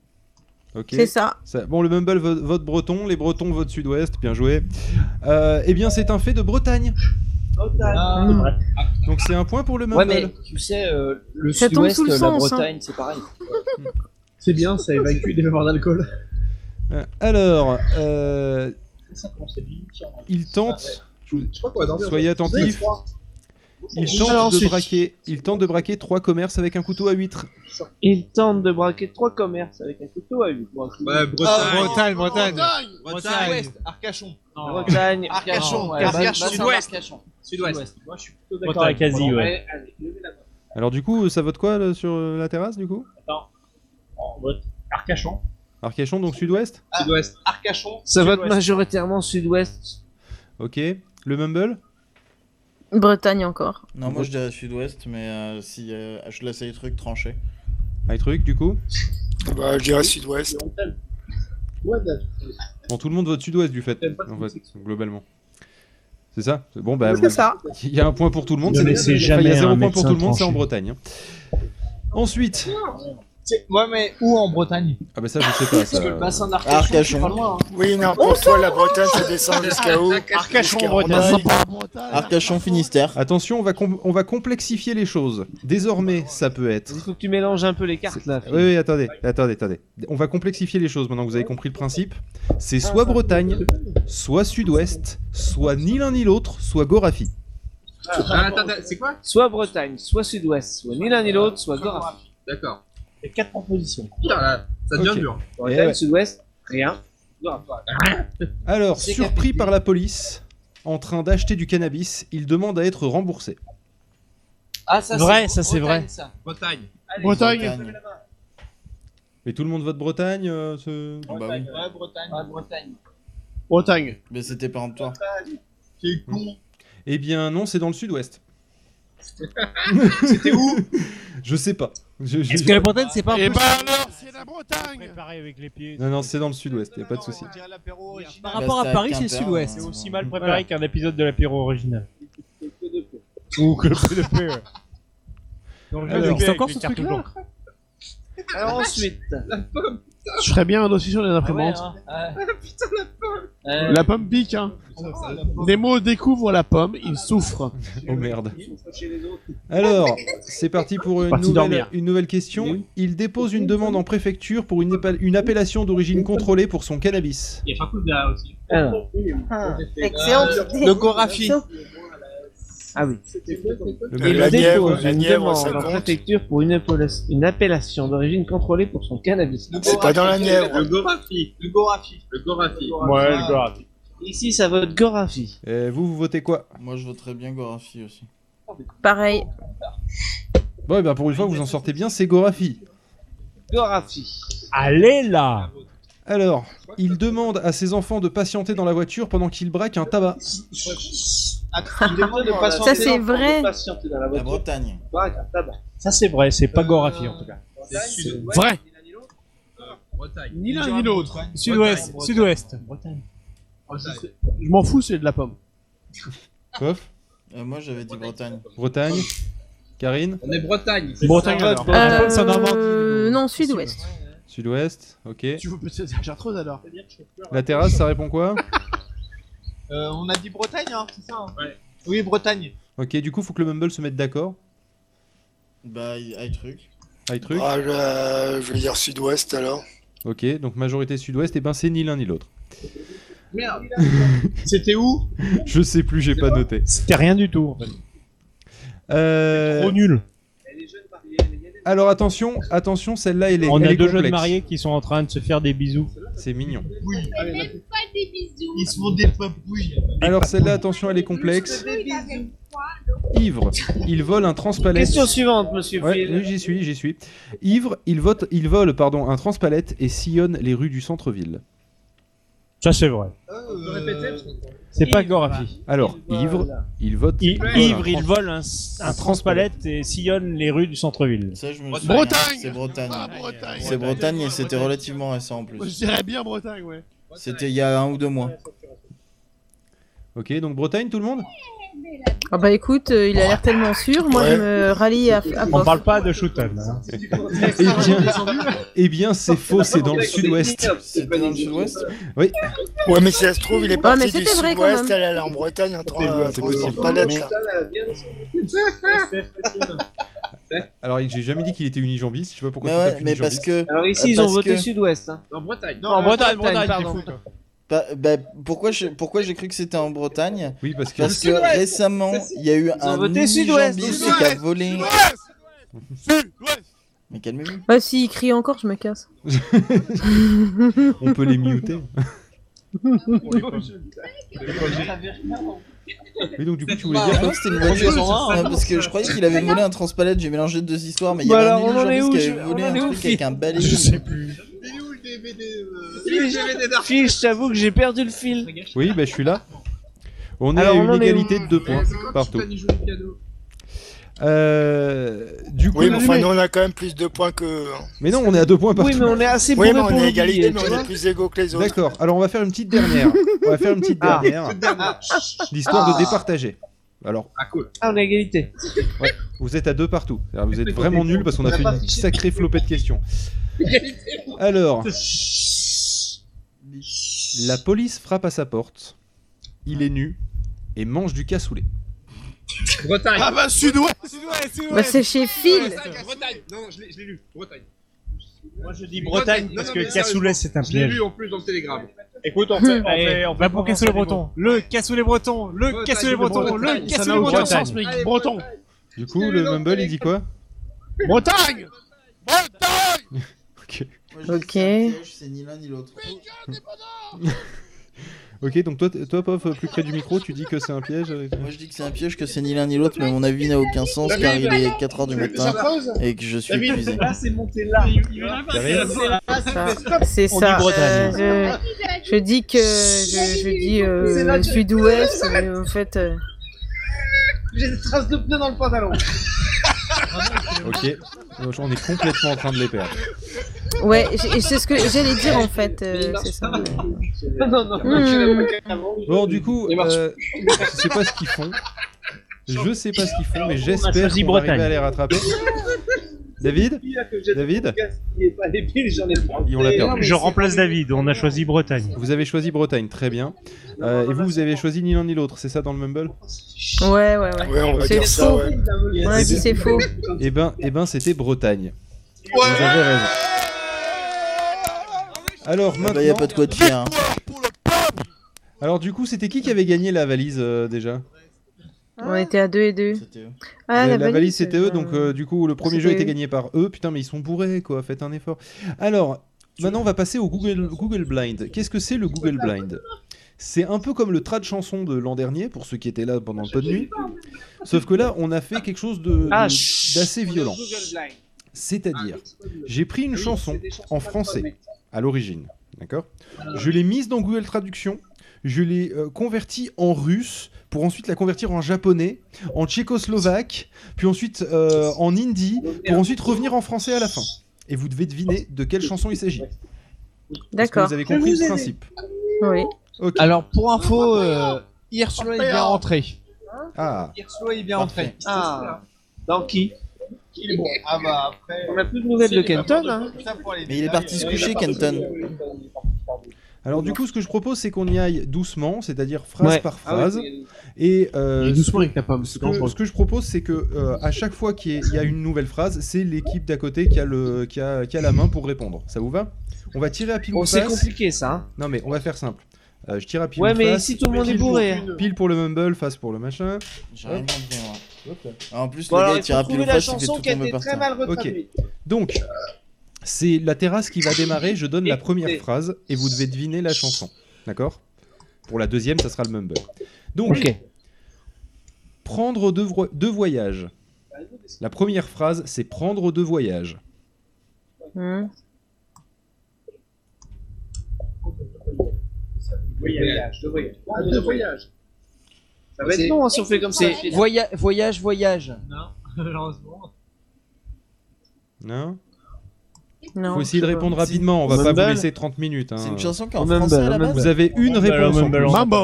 S1: Ok.
S10: C'est ça.
S1: Ça- Bon, le Mumble vote, vote breton, les bretons votent sud-ouest. Bien joué. Euh, eh bien, c'est un fait de Bretagne.
S16: Ah,
S1: Donc, c'est un point pour le Mumble.
S16: Ouais, mais tu sais, euh, le
S10: Ça tombe
S16: sud-ouest,
S10: sous le
S16: la
S10: sens, hein.
S16: Bretagne, c'est pareil.
S4: C'est bien, ça évacue des mémoires
S16: Ah,
S4: d'alcool.
S1: Euh, Alors, euh,
S15: Ça commence à être limite, hein.
S1: il tente. je vous-
S15: Je crois qu'on va dormir.
S1: Soyez attentifs. Il tente, de braquer, il tente de braquer trois commerces avec un couteau à huître.
S16: Il tente de braquer trois commerces avec un couteau à huit mois.
S23: Ouais,
S3: Ah,
S23: Bretagne.
S2: Ah, Bretagne, Bretagne.
S23: Bretagne. Arcachon.
S16: Bretagne,
S23: Arcachon,
S16: ouais, bah, bah,
S23: Arcachon,
S16: c'est
S23: sud-ouest.
S16: Arcachon.
S23: Sud-Ouest.
S16: Moi, je suis plutôt d'accord
S2: Bretagne,
S16: avec
S2: quasi,
S16: Roland.
S2: ouais.
S15: Allez, levez la main.
S1: Alors du coup, ça vote quoi là, sur euh, la terrasse du coup
S16: On vote Arcachon.
S1: Arcachon donc sud-ouest
S3: Ah.
S15: Sud-Ouest. Arcachon.
S16: Ça vote
S15: Sud-Ouest.
S16: majoritairement sud-ouest.
S1: Ok. Le Mumble
S10: Bretagne encore.
S5: Non, moi je dirais sud-ouest, mais euh, si euh, je laisse les trucs tranchés.
S1: Un truc du coup
S8: Bah, je dirais sud-ouest.
S1: Bon, tout le monde vote sud-ouest du fait,
S15: J'aime pas ce
S1: en
S15: que
S1: fait, globalement. C'est ça C'est- Bon bah...
S10: C'est ça.
S1: Il y a un point pour tout le monde.
S2: Ne
S1: c'est-
S2: laissez
S1: enfin, Il y
S2: jamais
S1: a zéro
S2: un
S1: point pour
S2: médecin
S1: tout le monde, c'est en
S2: trancher.
S1: Bretagne. hein. Ensuite...
S15: C'est- Ouais, mais où en Bretagne
S1: Ah bah ça je sais pas.
S15: Parce
S1: Ça...
S15: que le bassin d'Arcachon, c'est
S5: Arcachon.
S15: pas loin. hein.
S8: Oui, non, pour toi, la Bretagne, ça descend jusqu'à où
S4: Oh, Arcachon,
S8: Jusqu'à
S4: Bretagne. Ah,
S8: Bretagne.
S5: Arcachon, Finistère.
S1: Attention, on va, com- on va complexifier les choses. Désormais, ça peut être...
S16: Il faut que tu mélanges un peu les cartes là.
S1: Oui, oui, attendez, attendez, attendez. On va complexifier les choses maintenant que vous avez compris le principe. C'est soit Bretagne, soit Sud-Ouest, soit ni l'un ni l'autre, soit Gorafi.
S23: Ah, attends, attends, c'est quoi
S16: Soit Bretagne, soit sud-ouest, soit ni l'un ni l'autre, soit Gorafi.
S23: D'accord.
S16: Il y a quatre propositions.
S23: Putain, là, ça devient
S1: Ok.
S23: dur.
S16: Bretagne,
S1: ouais.
S16: sud-ouest, rien.
S1: Alors, surpris par la police, en train d'acheter du cannabis, il demande à être remboursé.
S15: Ah, ça,
S2: Vrai, ça, c'est
S15: Bretagne,
S2: vrai.
S15: ça. Bretagne. Allez,
S16: Bretagne.
S15: levez la main.
S1: Mais tout le monde vote Bretagne euh, ce-
S2: Bah
S15: Bretagne. Ouais, Bretagne. Ouais, Bretagne.
S16: Bretagne.
S5: Mais c'était péremptoire.
S23: C'est con.
S1: Eh bien non, c'est dans le sud-ouest.
S23: C'était où
S1: Je sais pas. Je- je-
S2: Est-ce que la Bretagne, c'est pas un
S16: Eh
S2: peu...
S16: ben alors, c'est la Bretagne
S4: Pareil avec les pieds.
S1: Non, non, c'est dans le sud-ouest, y a pas de souci.
S2: Par rapport à Paris, c'est le sud-ouest.
S5: hein.
S4: C'est aussi mal préparé
S2: Voilà.
S4: qu'un épisode de l'apéro original. Ou que le PDP, ouais. Dans le
S1: Alors,
S4: PDP,
S1: c'est
S4: avec
S1: encore
S4: les
S1: ce
S4: cartes
S1: truc-là
S4: blanches.
S15: Alors ensuite. La pomme.
S16: Je ferais bien un dossier sur les imprimantes.
S15: Ah ouais, hein.
S9: Putain, la pomme
S15: Euh,
S16: La pomme pique, hein. Nemo découvre la pomme, il souffre.
S1: Oh merde.
S23: Chez les autres.
S1: Alors, c'est parti pour une
S16: Parti
S1: nouvelle,
S16: dormir.
S1: une nouvelle question. Il dépose une demande en préfecture pour une, épa- une appellation d'origine contrôlée pour son cannabis.
S4: Il y a Fakouda aussi.
S15: Ah,
S23: excellente
S15: Le Gorafi.
S4: Ah oui.
S1: Le
S8: La Nièvre,
S4: dépose
S8: la
S4: une
S8: Nièvre,
S4: demande
S8: ça
S4: à la
S8: compte.
S4: préfecture pour une, appella- une appellation d'origine contrôlée pour son cannabis.
S8: C'est pas dans la Nièvre.
S23: Le Gorafi. Le Gorafi. Le Gorafi.
S4: Ouais, le grave.
S2: Ici, ça vote Gorafi.
S1: Euh, vous, vous votez quoi
S5: Moi, je voterais bien Gorafi aussi.
S10: Pareil.
S1: Bon, eh ben, pour une fois, vous en sortez bien, c'est Gorafi.
S4: Gorafi.
S2: Allez là
S1: Alors, il demande à ses enfants de patienter dans la voiture pendant qu'il braque un tabac.
S2: Ah,
S23: Il demande de patienter
S10: Ça, c'est
S23: dans-
S10: vrai.
S23: de patienter dans la
S5: La
S23: voiture.
S5: Bretagne.
S23: Baraque à tabac.
S4: Ça c'est vrai, c'est pas Gorafi en tout cas.
S23: C'est
S16: Vrai.
S23: Bretagne.
S16: Ni l'un ni l'autre.
S2: Sud-ouest, sud-ouest.
S16: Je m'en fous, c'est de la pomme.
S1: Pof,
S5: Euh, moi, j'avais dit Bretagne.
S1: Bretagne. Karine,
S15: On est Bretagne.
S16: Bretagne alors.
S2: Bretagne, Euh, c'est en Normandie.
S10: Euh, non, sud-ouest.
S1: Sud-Ouest, ok.
S16: Tu veux peut-être la chartreuse alors
S1: La terrasse, ça répond quoi
S23: Euh, on a dit Bretagne, hein, c'est ça hein Oui, Bretagne.
S1: Ok, du coup, faut que le Mumble se mette d'accord.
S5: Bah, aïe truc.
S1: Aïe truc.
S8: Ah, je, je vais dire sud-ouest alors.
S1: Ok, donc majorité sud-ouest, et ben c'est ni l'un ni l'autre.
S23: Merde.
S16: C'était où
S1: Je sais plus, j'ai pas noté.
S2: C'était rien du tout. en fait.
S1: Euh,
S2: Trop nul.
S23: Elle est jeune mariée, elle est-
S1: Alors attention, attention, celle-là elle est,
S4: On
S1: elle
S4: a
S1: est
S4: deux
S1: complexe.
S4: jeunes mariés qui sont en train de se faire des bisous.
S1: C'est mignon.
S23: Ils se font des papouilles.
S1: Alors celle-là, attention, elle est complexe. Ivre, il vole un transpalette.
S2: Question suivante, monsieur
S1: Ouais,
S2: Phil.
S1: oui, j'y suis, j'y suis. Ivre, il, vote, il vole pardon, un transpalette et sillonne les rues du centre-ville.
S2: Ça, c'est vrai.
S23: Euh,
S2: C'est pas
S23: Ah,
S2: Gorafi.
S1: Alors, Ivre, il vote.
S2: I-
S1: vole un
S2: Ivre, il
S1: trans-
S2: vole un, un transpalette et sillonne les rues du centre-ville.
S5: Ça, je me souviens.
S16: Bretagne
S5: C'est
S16: Ah,
S5: Bretagne.
S16: Bretagne
S5: C'est Bretagne et c'était relativement récent en
S16: Je
S5: plus.
S16: dirais bien Bretagne, ouais.
S5: C'était il y a un ou deux mois.
S1: Ok, donc Bretagne, tout le monde
S10: Ah bah écoute, euh, il a l'air tellement sûr, moi je
S8: Ouais.
S10: me rallie à, à
S2: On
S10: Bof.
S2: parle pas de Shooten. hein.
S1: Eh bien, eh bien c'est faux, c'est dans le sud-ouest.
S5: C'était dans le sud-ouest
S8: Ouais, mais si ça se trouve, il est
S10: mais
S8: parti du
S10: c'était vrai, quand
S8: sud-ouest,
S10: même.
S8: elle est allée en Bretagne en train de
S1: c'est
S8: transport
S1: possible.
S8: palette. là.
S1: Alors, j'ai jamais dit qu'il était unijambiste, je sais pas pourquoi
S5: Mais
S1: tu
S5: ouais,
S1: tapes
S5: mais
S1: unijambiste.
S5: parce que.
S2: Alors
S4: Ah,
S5: ici, ils ont Parce voté que-
S2: sud-ouest. hein.
S23: En Bretagne.
S16: Non, Bretagne, Bretagne,
S2: pardon.
S16: t'es fou, toi.
S5: Bah, bah, pourquoi je- pourquoi j'ai cru que c'était en Bretagne
S1: Oui, parce que.
S5: Parce que récemment, il y a eu un
S2: voté sud-ouest,
S5: unijambiste qui a
S16: sud-ouest,
S5: volé.
S16: Sud-ouest
S5: Mais calmez-vous.
S10: Bah si, il crie encore, je me casse.
S1: On peut les muter. Mais donc, du coup, tu voulais
S5: Ah
S1: dire.
S5: non, c'était une voiture. Non, parce que je croyais qu'il avait volé un transpalette, j'ai mélangé deux histoires, mais il y
S2: Bah
S5: avait
S2: alors, on en
S5: un
S2: est où,
S5: unijambiste qui
S2: je-
S5: avait volé
S2: on en
S5: un
S2: est où,
S5: truc avec
S2: Phil
S5: un balai. Je sais plus.
S23: Il est où le DVD euh,
S2: Phil, Phil, je t'avoue que j'ai perdu le fil.
S1: Oui, bah, je suis là. On est
S2: Alors,
S1: à
S2: on
S1: une
S2: en est où
S1: égalité de deux points partout. Euh, du coup,
S8: Oui, mais enfin, nous on a quand même plus de points que.
S1: mais non, on est à deux points partout.
S2: Oui, mais on est assez
S8: Oui,
S2: bourré
S8: mais on
S2: pour
S8: est à
S2: l'oublier,
S8: égalité, mais
S2: tu
S8: on
S2: vois.
S8: est plus égaux que les autres.
S1: D'accord. Alors on va faire une petite dernière. On va faire une petite
S2: Ah.
S1: dernière. L'histoire de départager. Alors,
S23: Ah, cool.
S2: Ah, on est à égalité.
S1: vous êtes à deux partout. Alors, Vous êtes vraiment nuls parce qu'on a fait une sacrée flopée de questions. Alors, la police frappe à sa porte. Il est nu et mange du cassoulet.
S23: Bretagne.
S16: Ah bah, sud-ouest
S10: Bah c'est chez Phil
S23: Bretagne. Non, je l'ai je l'ai lu. Bretagne.
S4: Moi je
S2: dis
S23: Bretagne,
S2: Bretagne, parce
S23: non, non, mais
S2: que cassoulet, c'est un
S23: Je l'ai
S2: piège.
S23: lu en plus dans le télégramme.
S4: Écoute, on
S3: Eh,
S4: fait. on fait- on
S2: On va
S4: fait
S2: pour
S4: commencer
S2: cassoulet
S4: les mots.
S2: breton. Le cassoulet breton. Le
S23: Bretagne,
S2: cassoulet breton.
S23: Bretagne,
S2: Le
S23: ça
S2: cassoulet
S16: n'a aucun
S2: breton.
S16: sens, mec.
S23: Allez,
S16: Breton.
S1: Du coup, le Mumble, il dit quoi
S16: Bretagne Bretagne
S1: Ok.
S5: Moi, je dis que
S10: Ok.
S5: c'est un piège, C'est ni l'un ni l'autre.
S1: Ok, donc toi, t- toi, Pof, euh, plus près du micro, tu dis que c'est un piège. euh,
S5: Moi je dis que c'est un piège, que c'est ni l'un ni l'autre, mais mon avis n'a aucun sens car il est 4h du matin et que je suis épuisé.
S4: là, c'est monté là.
S3: Ah,
S2: Ah,
S10: C'est ça. Euh, je, je dis que je, je dis
S4: C'est là
S10: euh,
S4: que-
S10: sud-ouest, mais en fait. euh,
S4: J'ai des traces de pneus dans le pantalon.
S1: Ok, Donc, on est complètement en train de les perdre.
S10: Ouais, j'ai- c'est ce que j'allais dire en fait. euh, c'est ça.
S4: non, non,
S10: Hmm.
S1: Bon, du coup, euh, je sais pas ce qu'ils font. Je sais pas ce qu'ils font, mais
S2: On a
S1: j'espère
S2: choisi
S1: qu'on va arriver
S2: Bretagne.
S1: à les rattraper. David David Et on l'a perdu.
S2: Je remplace David, on a choisi Bretagne.
S1: Vous avez choisi Bretagne, très bien. Euh, et vous, vous avez choisi ni l'un ni l'autre, c'est ça dans le mumble
S10: Ouais, ouais, ouais.
S8: Ouais, on va
S10: c'est
S8: dire ça,
S10: faux.
S8: ouais.
S10: On a dit c'est faux.
S1: Eh ben, eh ben c'était Bretagne. vous avez raison. Alors
S5: Ah
S1: maintenant.
S5: bah y a pas de quoi dire. hein.
S1: Alors du coup, c'était qui qui avait gagné la valise euh, déjà Euh,
S10: On était à 2 et 2.
S1: la,
S10: Ah, la,
S1: la valise, c'était eux, donc euh, du coup le premier jeu
S10: c'était
S1: était
S10: eux.
S1: gagné par eux. Putain, mais ils sont bourrés quoi, faites un effort. Alors maintenant, on va passer au Google, Google Blind. Qu'est-ce que c'est le Google Blind C'est un peu comme le tras de chanson de l'an dernier pour ceux qui étaient là pendant le pot de nuit. Sauf que là, on a fait quelque chose de-
S4: Ah,
S1: de- d'assez violent. C'est-à-dire, j'ai pris une chanson en français à l'origine, d'accord Je l'ai mise dans Google Traduction, je l'ai euh, convertie en russe pour ensuite la convertir en japonais, en tchécoslovaque, puis ensuite euh, en hindi, pour ensuite revenir en français à la fin. Et vous devez deviner de quelle chanson il s'agit. Est-ce que
S10: D'accord.
S1: vous avez compris le principe
S10: Oui.
S1: Ok.
S14: Alors, pour info, euh, hier soir, il est bien rentré.
S1: Ah,
S23: Hier soir, il vient
S14: Parfait.
S23: rentrer. Ah.
S4: Dans qui
S23: Il est bon. Ah bah après.
S4: On a plus de nouvelles de Kenton. Hein.
S5: Mais il est parti se coucher, Kenton.
S1: alors du coup, ce que je propose, c'est qu'on y aille doucement, c'est-à-dire phrase
S4: Ouais.
S1: par
S4: Ah ouais,
S1: phrase.
S4: c'est-
S1: et euh,
S4: Et doucement avec ta pomme,
S1: Ce
S4: c'est
S1: que,
S4: dangereux.
S1: ce que je propose, c'est que euh, à chaque fois qu'il y ait- il y a une nouvelle phrase, c'est l'équipe d'à côté qui a, le, qui, a, qui a la main pour répondre. Ça vous va On va tirer à pile
S4: Oh,
S1: ou
S4: c'est
S1: face.
S4: compliqué ça. hein.
S1: Non, mais on va faire simple. Euh, je tire à pile
S4: Ouais,
S1: ou
S4: mais
S1: face.
S4: si tout le monde est
S1: Pile pour-
S4: bourré.
S1: Pile pour le mumble, face pour le machin.
S5: J'ai rien compris, moi. Ah, En plus,
S4: Bon,
S5: le
S4: alors,
S5: gars il
S4: il faut
S5: tire à pile
S4: trouver
S5: ou
S4: la
S5: face, il fait
S4: chanson
S5: tout
S4: qui a
S5: tomber
S4: été
S5: par
S4: très
S5: terre.
S4: mal
S1: Ok.
S4: retraduite.
S1: Donc, c'est la terrasse qui va démarrer. Je donne la première phrase et vous devez deviner la chanson. D'accord Pour la deuxième, ça sera le mumble. Donc,
S4: Ok.
S1: prendre deux, vo- deux voyages.
S4: Bah,
S1: La première phrase, c'est prendre deux voyages.
S10: Hmm.
S23: Voyage, de voyage.
S4: Bah,
S23: Ah, de voyage.
S4: Ça va être long hein, si on fait comme ça.
S23: C'est voya- voyage, voyage.
S4: Non, malheureusement.
S1: Non
S10: Non.
S1: Faut essayer de
S10: je sais
S1: répondre
S10: pas.
S1: rapidement, on va
S4: Mumble.
S1: pas vous laisser 30 minutes. hein.
S5: C'est une chanson qui est en
S4: Au mumble,
S5: français à la
S4: au mumble.
S5: base.
S1: Vous avez une
S2: Mumble,
S1: réponse en
S2: mumble,
S1: plus.
S4: Mumble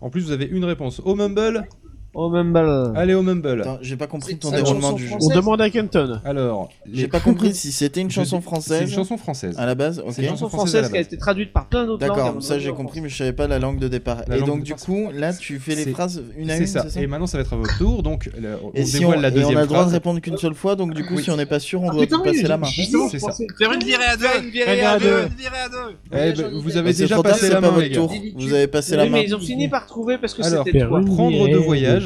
S1: En plus, vous avez une réponse. Au Mumble
S4: Oh, Mumble.
S1: Allez au Mumble.
S5: Attends, j'ai pas compris ton
S4: C'est une
S5: déroulement
S4: chanson
S5: du jeu.
S4: française.
S16: On demande à Kenton.
S1: Alors, les-
S5: J'ai pas Ah, compris si c'était une
S1: Je-
S5: chanson
S1: C'est une
S5: française
S1: chanson française.
S5: à la base. Ok.
S1: C'est une
S4: chanson
S1: chanson
S4: française
S1: française
S4: qui a été traduite par plein d'autres langues. hein,
S5: D'accord, ça j'ai compris, mais je savais pas la langue de départ.
S1: La
S5: et
S1: langue
S5: donc
S1: de
S5: du
S1: départ,
S5: coup, là tu fais les
S1: c'est-
S5: phrases une à une,
S1: C'est ça.
S5: c'est ça
S1: Et maintenant, ça va être à votre tour. Donc, le- on
S5: Et si on,
S1: dévoile la
S5: et on
S1: deuxième
S5: a le droit de
S1: phrase.
S5: répondre qu'une seule fois, donc du coup,
S1: Oui.
S5: si on est pas sûr, on
S4: Ah,
S5: doit
S4: putain,
S5: passer
S4: oui,
S5: la main.
S4: justement,
S1: C'est
S4: je
S1: ça.
S4: pensais-
S23: Faire une virée à deux, une virée
S2: à
S23: à
S2: deux.
S23: deux, une virée à deux.
S1: Eh ben, vous avez
S5: Mais c'est
S1: déjà
S5: trop tard,
S1: passé
S5: c'est
S1: la
S5: pas
S1: main,
S5: votre
S1: les gars.
S5: tour. Vous avez passé la
S4: Oui,
S5: main.
S4: mais ils ont fini par trouver parce que
S1: Alors,
S4: c'était toi.
S1: Prendre deux voyages.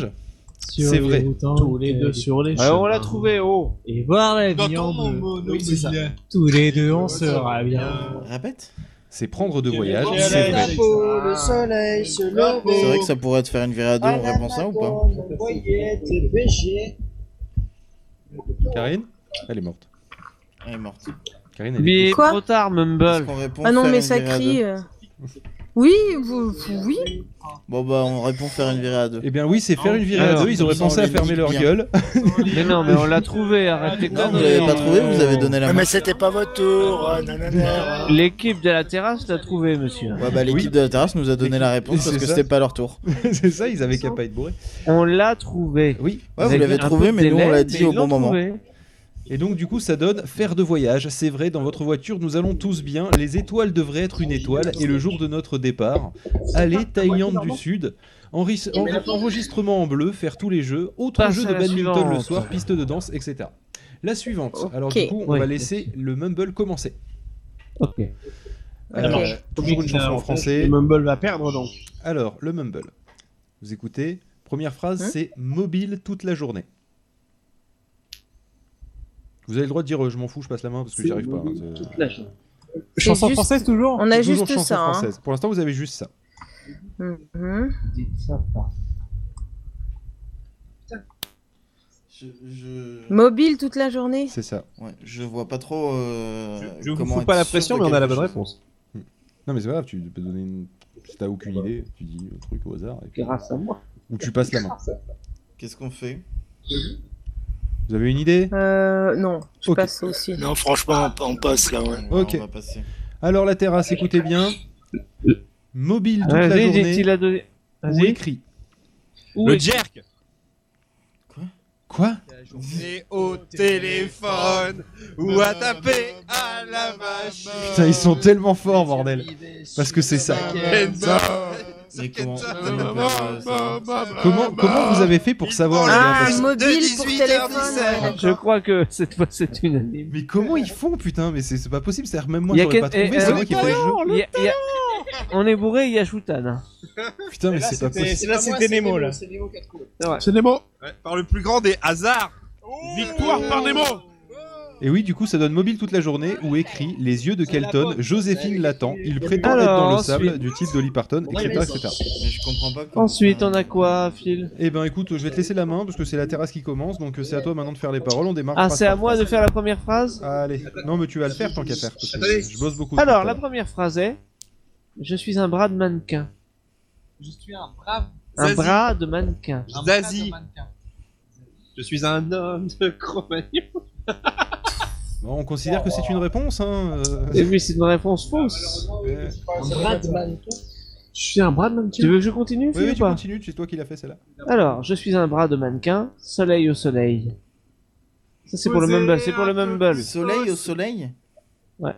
S3: Sur
S1: C'est
S3: les
S1: vrai.
S3: routes, hein,
S16: Tous les
S3: euh,
S16: deux sur les
S4: Alors, on l'a
S16: chemins.
S4: trouvé, oh.
S3: Et voir la vie
S23: Dans
S3: en
S23: mon
S3: bleu.
S23: mono,
S4: Oui, c'est ça.
S23: bien.
S3: Tous les deux, on sera bien.
S5: Répète.
S1: C'est prendre deux
S5: Ah,
S1: voyages.
S23: voyages.
S1: C'est vrai.
S4: le soleil se levait.
S5: C'est vrai que ça pourrait te faire une virée à deux, on répond ça ou pas
S4: On voyait tes péchés.
S1: Karine Elle est morte.
S5: Elle est morte.
S1: Karine, elle est
S16: Mais
S10: Quoi
S16: trop tard,
S5: Est-ce
S16: Mumble.
S5: qu'on répond
S10: Ah non,
S5: faire
S10: mais
S5: une
S10: ça
S5: virée à
S10: crie.
S5: deux
S10: euh. Oui, vous, vous- oui.
S5: Bon bah, on répond faire une virée à deux.
S1: Eh bien oui, c'est faire une virée à
S16: Alors,
S1: deux. Ils auraient
S5: ils
S1: pensé
S5: ont
S1: à
S5: les
S1: fermer
S5: niques
S1: leur
S5: bien.
S1: gueule.
S16: Mais non, mais on l'a trouvé, arrêtez
S5: Non,
S16: quand
S5: vous l'avez pas trouvé, vous avez donné la
S8: Ah,
S5: main.
S8: mais c'était pas votre tour. ah, nanana.
S16: L'équipe de la terrasse l'a trouvé, monsieur.
S5: Ouais, bah, l'équipe de la terrasse nous a donné la réponse
S1: C'est
S5: parce que
S1: ça.
S5: c'était pas leur tour.
S1: c'est ça, ils avaient qu'à pas être bourrés.
S16: On l'a trouvé.
S1: Oui.
S5: Ouais, vous
S16: avez
S5: l'avez
S16: un peu
S5: trouvé,
S16: de
S5: mais nous, on
S16: délai,
S5: l'a dit
S16: mais
S5: au
S16: ils l'ont
S5: bon moment.
S16: trouvé.
S1: Et donc du coup ça donne faire de voyage, c'est vrai, dans votre voiture nous allons tous bien, les étoiles devraient être une étoile, et le jour de notre départ, aller Thaïlande du Sud, enri- en- enregistrement en bleu, faire tous les jeux, autre
S16: Passe
S1: jeu
S16: à
S1: de
S16: la
S1: badminton le
S16: suivante.
S1: soir, piste de danse, etc. La suivante, alors
S10: Ok.
S1: du coup on
S16: Oui.
S1: va laisser le mumble commencer.
S16: Ok.
S1: Alors, toujours une chanson en français.
S16: Le Mumble va perdre donc.
S1: Alors, le mumble. Vous écoutez, première phrase
S10: Hein
S1: c'est mobile toute la journée. Vous avez le droit de dire euh, je m'en fous, je passe la main parce que j'y arrive pas. hein, c'est-
S4: Toute la chose.
S10: Chanson juste- française
S3: toujours
S10: On a
S1: Toujours
S10: juste
S1: chanson
S10: ça. hein.
S1: française. Pour l'instant, vous avez juste ça.
S10: Mhm.
S15: Dites ça pas.
S5: Je, je-
S10: Mobile toute la journée.
S1: C'est ça.
S5: Ouais, je vois pas trop. euh,
S1: Je vous
S5: comment
S1: fous
S5: être
S1: pas la
S5: sûr
S1: pression,
S5: de
S1: mais on a la
S5: quelque
S1: bonne
S5: chose.
S1: réponse. Non, mais c'est pas grave, tu peux donner une. Si t'as aucune idée, tu dis un truc au hasard. et puis-
S15: Grâce à moi.
S1: Ou tu passes la main.
S5: Qu'est-ce qu'on fait
S1: Vous avez une idée
S10: Euh, non, je
S1: Ok.
S10: passe aussi.
S8: Non, franchement, on, on passe là, ouais.
S1: Ok. Alors, la terrasse, écoutez bien. Mobile toute la
S2: Vas-y,
S1: journée.
S2: dit-il à donner-
S1: Ou
S2: Vas-y.
S1: écrit.
S2: Le jerk
S1: Quoi
S23: Et au téléphone ou à taper à la machine.
S1: Putain, ils sont tellement forts, bordel. Parce que c'est ça.
S8: Eh ben, bah,
S5: Mais comment,
S1: Bah,
S8: Ah bah.
S1: Comment, comment vous avez fait pour savoir les gars
S10: Ah,
S1: Parce-
S10: mobile pour téléphone. ouais,
S2: Je
S10: d'accord.
S2: crois que cette fois c'est une année.
S1: Mais comment ils font, putain Mais c'est c'est pas possible, c'est-à-dire même moi
S2: Il y a
S1: j'aurais
S2: quel-
S1: pas trouvé,
S2: eh,
S1: c'est
S2: euh,
S1: moi qui ai fait le jeu.
S2: il y a- il y a- On est bourré, il y a Shoutane.
S1: Putain, mais c'est pas possible.
S2: là, c'était Nemo, là.
S15: C'est Nemo 4 coups.
S16: C'est Nemo
S23: Par le plus grand des hasards. Victoire par Nemo.
S1: Et oui, du coup, ça donne mobile toute la journée où écrit Les yeux de Kelton, Joséphine l'attend, il prétend être dans
S2: Alors,
S1: le sable
S2: ensuite-
S1: du titre d'Oli Parton, etc. etc.
S5: Mais je comprends pas.
S2: Ensuite, on a quoi, Phil
S1: Eh ben écoute, je vais te laisser la main parce que c'est la terrasse qui commence, donc euh, c'est à toi maintenant de faire les paroles, on démarre.
S2: Ah,
S1: phrase
S2: c'est à
S1: par
S2: moi de faire la première phrase
S1: phrase. Allez, non mais tu vas le faire tant qu'à faire, parce que je bosse beaucoup.
S2: Alors, la première phrase est Je suis un bras de mannequin.
S15: Je suis un brave.
S2: Un
S16: Zazie.
S2: bras de mannequin.
S15: un
S16: Zazie.
S15: brave mannequin.
S16: Je suis un homme de Cro-Magnon.
S1: Bon, on considère que c'est une réponse, hein
S2: Et
S1: euh.
S2: Eh oui, c'est une réponse fausse.
S1: Ouais.
S15: Un brave mannequin.
S16: Je suis un bras de mannequin.
S2: Tu veux que je continue,
S1: Oui,
S2: Phil,
S1: oui,
S2: ou
S1: tu
S2: pas
S1: continues, c'est toi qui l'as fait celle-là.
S2: Alors, je suis un bras de mannequin, soleil au soleil. Ça, c'est pour le
S16: Posez
S2: mumble, c'est pour le
S16: un peu
S2: mumble.
S16: plus.
S5: Soleil au soleil
S2: Ouais.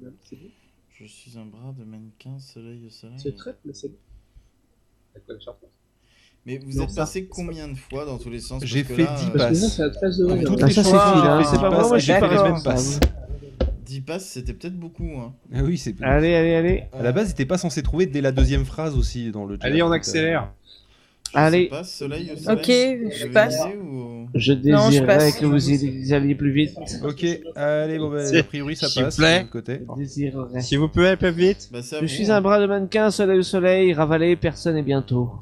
S5: Je suis un bras de mannequin, soleil au soleil.
S23: C'est très mais c'est bon. C'est quoi le charpent
S5: Mais vous
S23: Non,
S5: êtes
S23: ça,
S5: passé combien de fois dans tous les sens
S1: J'ai
S5: Parce
S1: fait
S5: que là,
S1: 10
S5: euh,
S1: passes.
S15: Sinon, c'est à 13 euros.
S1: Dans toutes
S2: Ah,
S1: les
S2: ça, c'est
S1: chansons, j'ai
S2: Phil, hein,
S1: fait
S2: c'est
S1: 10
S2: pas moi,
S1: passes
S2: moi, je suis
S1: et
S2: pas
S1: j'ai fait les
S2: d'accord,
S1: mêmes
S2: ça.
S1: passes.
S5: Dix passes, c'était peut-être beaucoup. Hein.
S1: Ah oui, c'est
S2: Allez, allez, allez.
S1: À la base, t'étais pas censé trouver dès la deuxième phrase aussi dans le chat.
S16: Allez, on accélère.
S2: Allez,
S5: Passe soleil au soleil.
S10: Ok,
S5: Vous
S10: je
S5: avez
S10: passe.
S5: une idée ou-
S2: je
S10: Non, je
S2: désirerais
S10: passe.
S2: que vous y alliez plus vite.
S1: Ok, allez, bon, bah,
S16: C'est-
S1: a priori ça
S16: S'il vous
S1: passe.
S16: plaît.
S1: de l'autre côté.
S2: Désirerais.
S16: Si vous pouvez, un peu vite.
S5: Bah, c'est à
S2: Je
S5: vous,
S2: suis
S5: hein.
S2: un bras de mannequin, soleil au soleil, ravalé, personne et bientôt.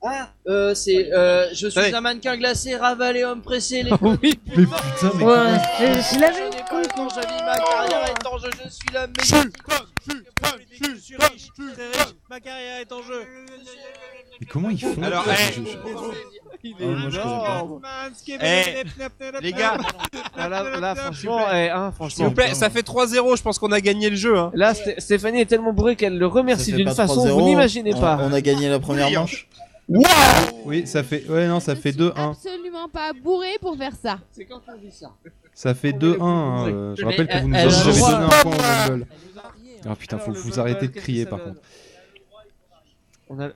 S15: Ah, euh, c'est. Euh, je suis
S16: Allez.
S15: un mannequin glacé, ravalé, homme pressé, les.
S2: oui,
S1: Mais putain, mais.
S10: Ouais, je- je
S15: Je
S10: l'avais.
S15: n'ai pas le temps, j'ai mis ma carrière est en jeu, je suis la
S2: euh,
S15: meilleure. Je suis riche, très riche, ma carrière est en jeu.
S16: Eh,
S1: Mais comment ils font
S23: Alors,
S1: Ah,
S23: eh,
S1: je- je-
S2: Il
S1: est Ah, moi, je connais pas.
S23: les gars,
S2: Ah, là, là, franchement, eh, hein,
S23: s'il vous
S2: franchement.
S23: plaît, ça fait 3-0, je pense qu'on a gagné le jeu. Hein.
S2: Là, Sté- Stéphanie est tellement bourrée qu'elle le
S5: Ça
S2: remercie
S5: fait
S2: d'une
S5: pas
S2: façon
S5: 3-0,
S2: vous n'imaginez
S5: on-
S2: pas.
S5: On a gagné la première manche.
S1: Oui, ça fait. Ouais, non, ça fait 2-1.
S24: Absolument pas bourré pour faire ça.
S15: C'est quand qu'on dit ça
S1: Ça fait 2-1. hein, euh, Je rappelle que vous nous
S15: Elle-
S1: avez
S15: elle a le
S1: j'avais
S15: droit.
S1: donné un point au Rumble. Ah putain, faut vous
S2: euh,
S1: arrêter de crier par contre.
S2: On a-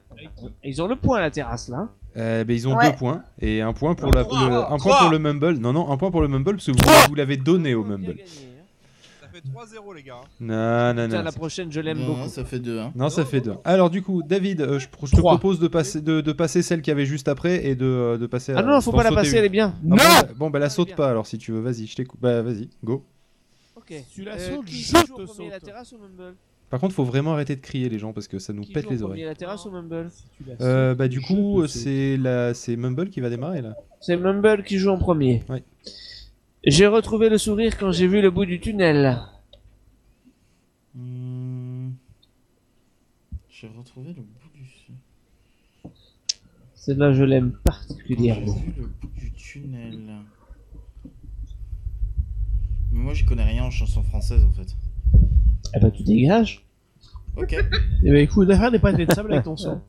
S2: Ils ont le point à la terrasse là.
S1: Euh, ben, ils ont
S10: Ouais.
S1: deux points et un point pour la, le- un point pour le Mumble. Non non, un point pour le Mumble parce que vous, vous l'avez donné au Mumble.
S23: Ça fait 3-0, les gars.
S1: Non non
S2: Putain,
S1: non.
S2: la Oh. prochaine, je l'aime
S5: Non,
S2: beaucoup.
S5: ça fait 2 hein.
S1: Non, ça fait deux. Alors du coup, David, euh, je, je te
S16: Trois.
S1: propose de passer de, de passer celle qu'il y avait juste après et de, euh, de passer. à-
S2: Ah non, faut
S1: d'en
S2: pas la
S1: sauter
S2: passer,
S1: une.
S2: elle est bien.
S1: Ah bon, bah- Bon bah la saute pas alors si tu veux, vas-y, je t'écoute. Bah vas-y, go.
S2: Ok.
S4: Tu la
S2: Euh,
S4: sautes,
S2: qui
S4: je
S2: joue
S4: te
S2: au premier, la
S4: saute.
S2: terrasse ou Mumble
S1: Par contre, faut vraiment arrêter de crier les gens parce que ça nous
S2: Qui
S1: pète
S2: joue
S1: les
S2: au
S1: oreilles.
S2: premier, la terrasse ou Mumble
S1: Euh, bah du coup,
S4: te saute.
S1: c'est la c'est Mumble qui va démarrer là.
S2: C'est Mumble qui joue en premier.
S1: Ouais.
S2: J'ai retrouvé le sourire quand j'ai vu le bout du tunnel.
S5: Hmm. J'ai retrouvé le bout du.
S2: Celle-là, je l'aime
S5: Quand J'ai
S2: particulièrement.
S5: vu le bout du tunnel. Mais moi, j'y connais rien en chanson française en fait.
S2: Eh bah, tu dégages.
S5: Ok.
S4: Eh ben écoute, affaire des pâtés de sable avec ton sang.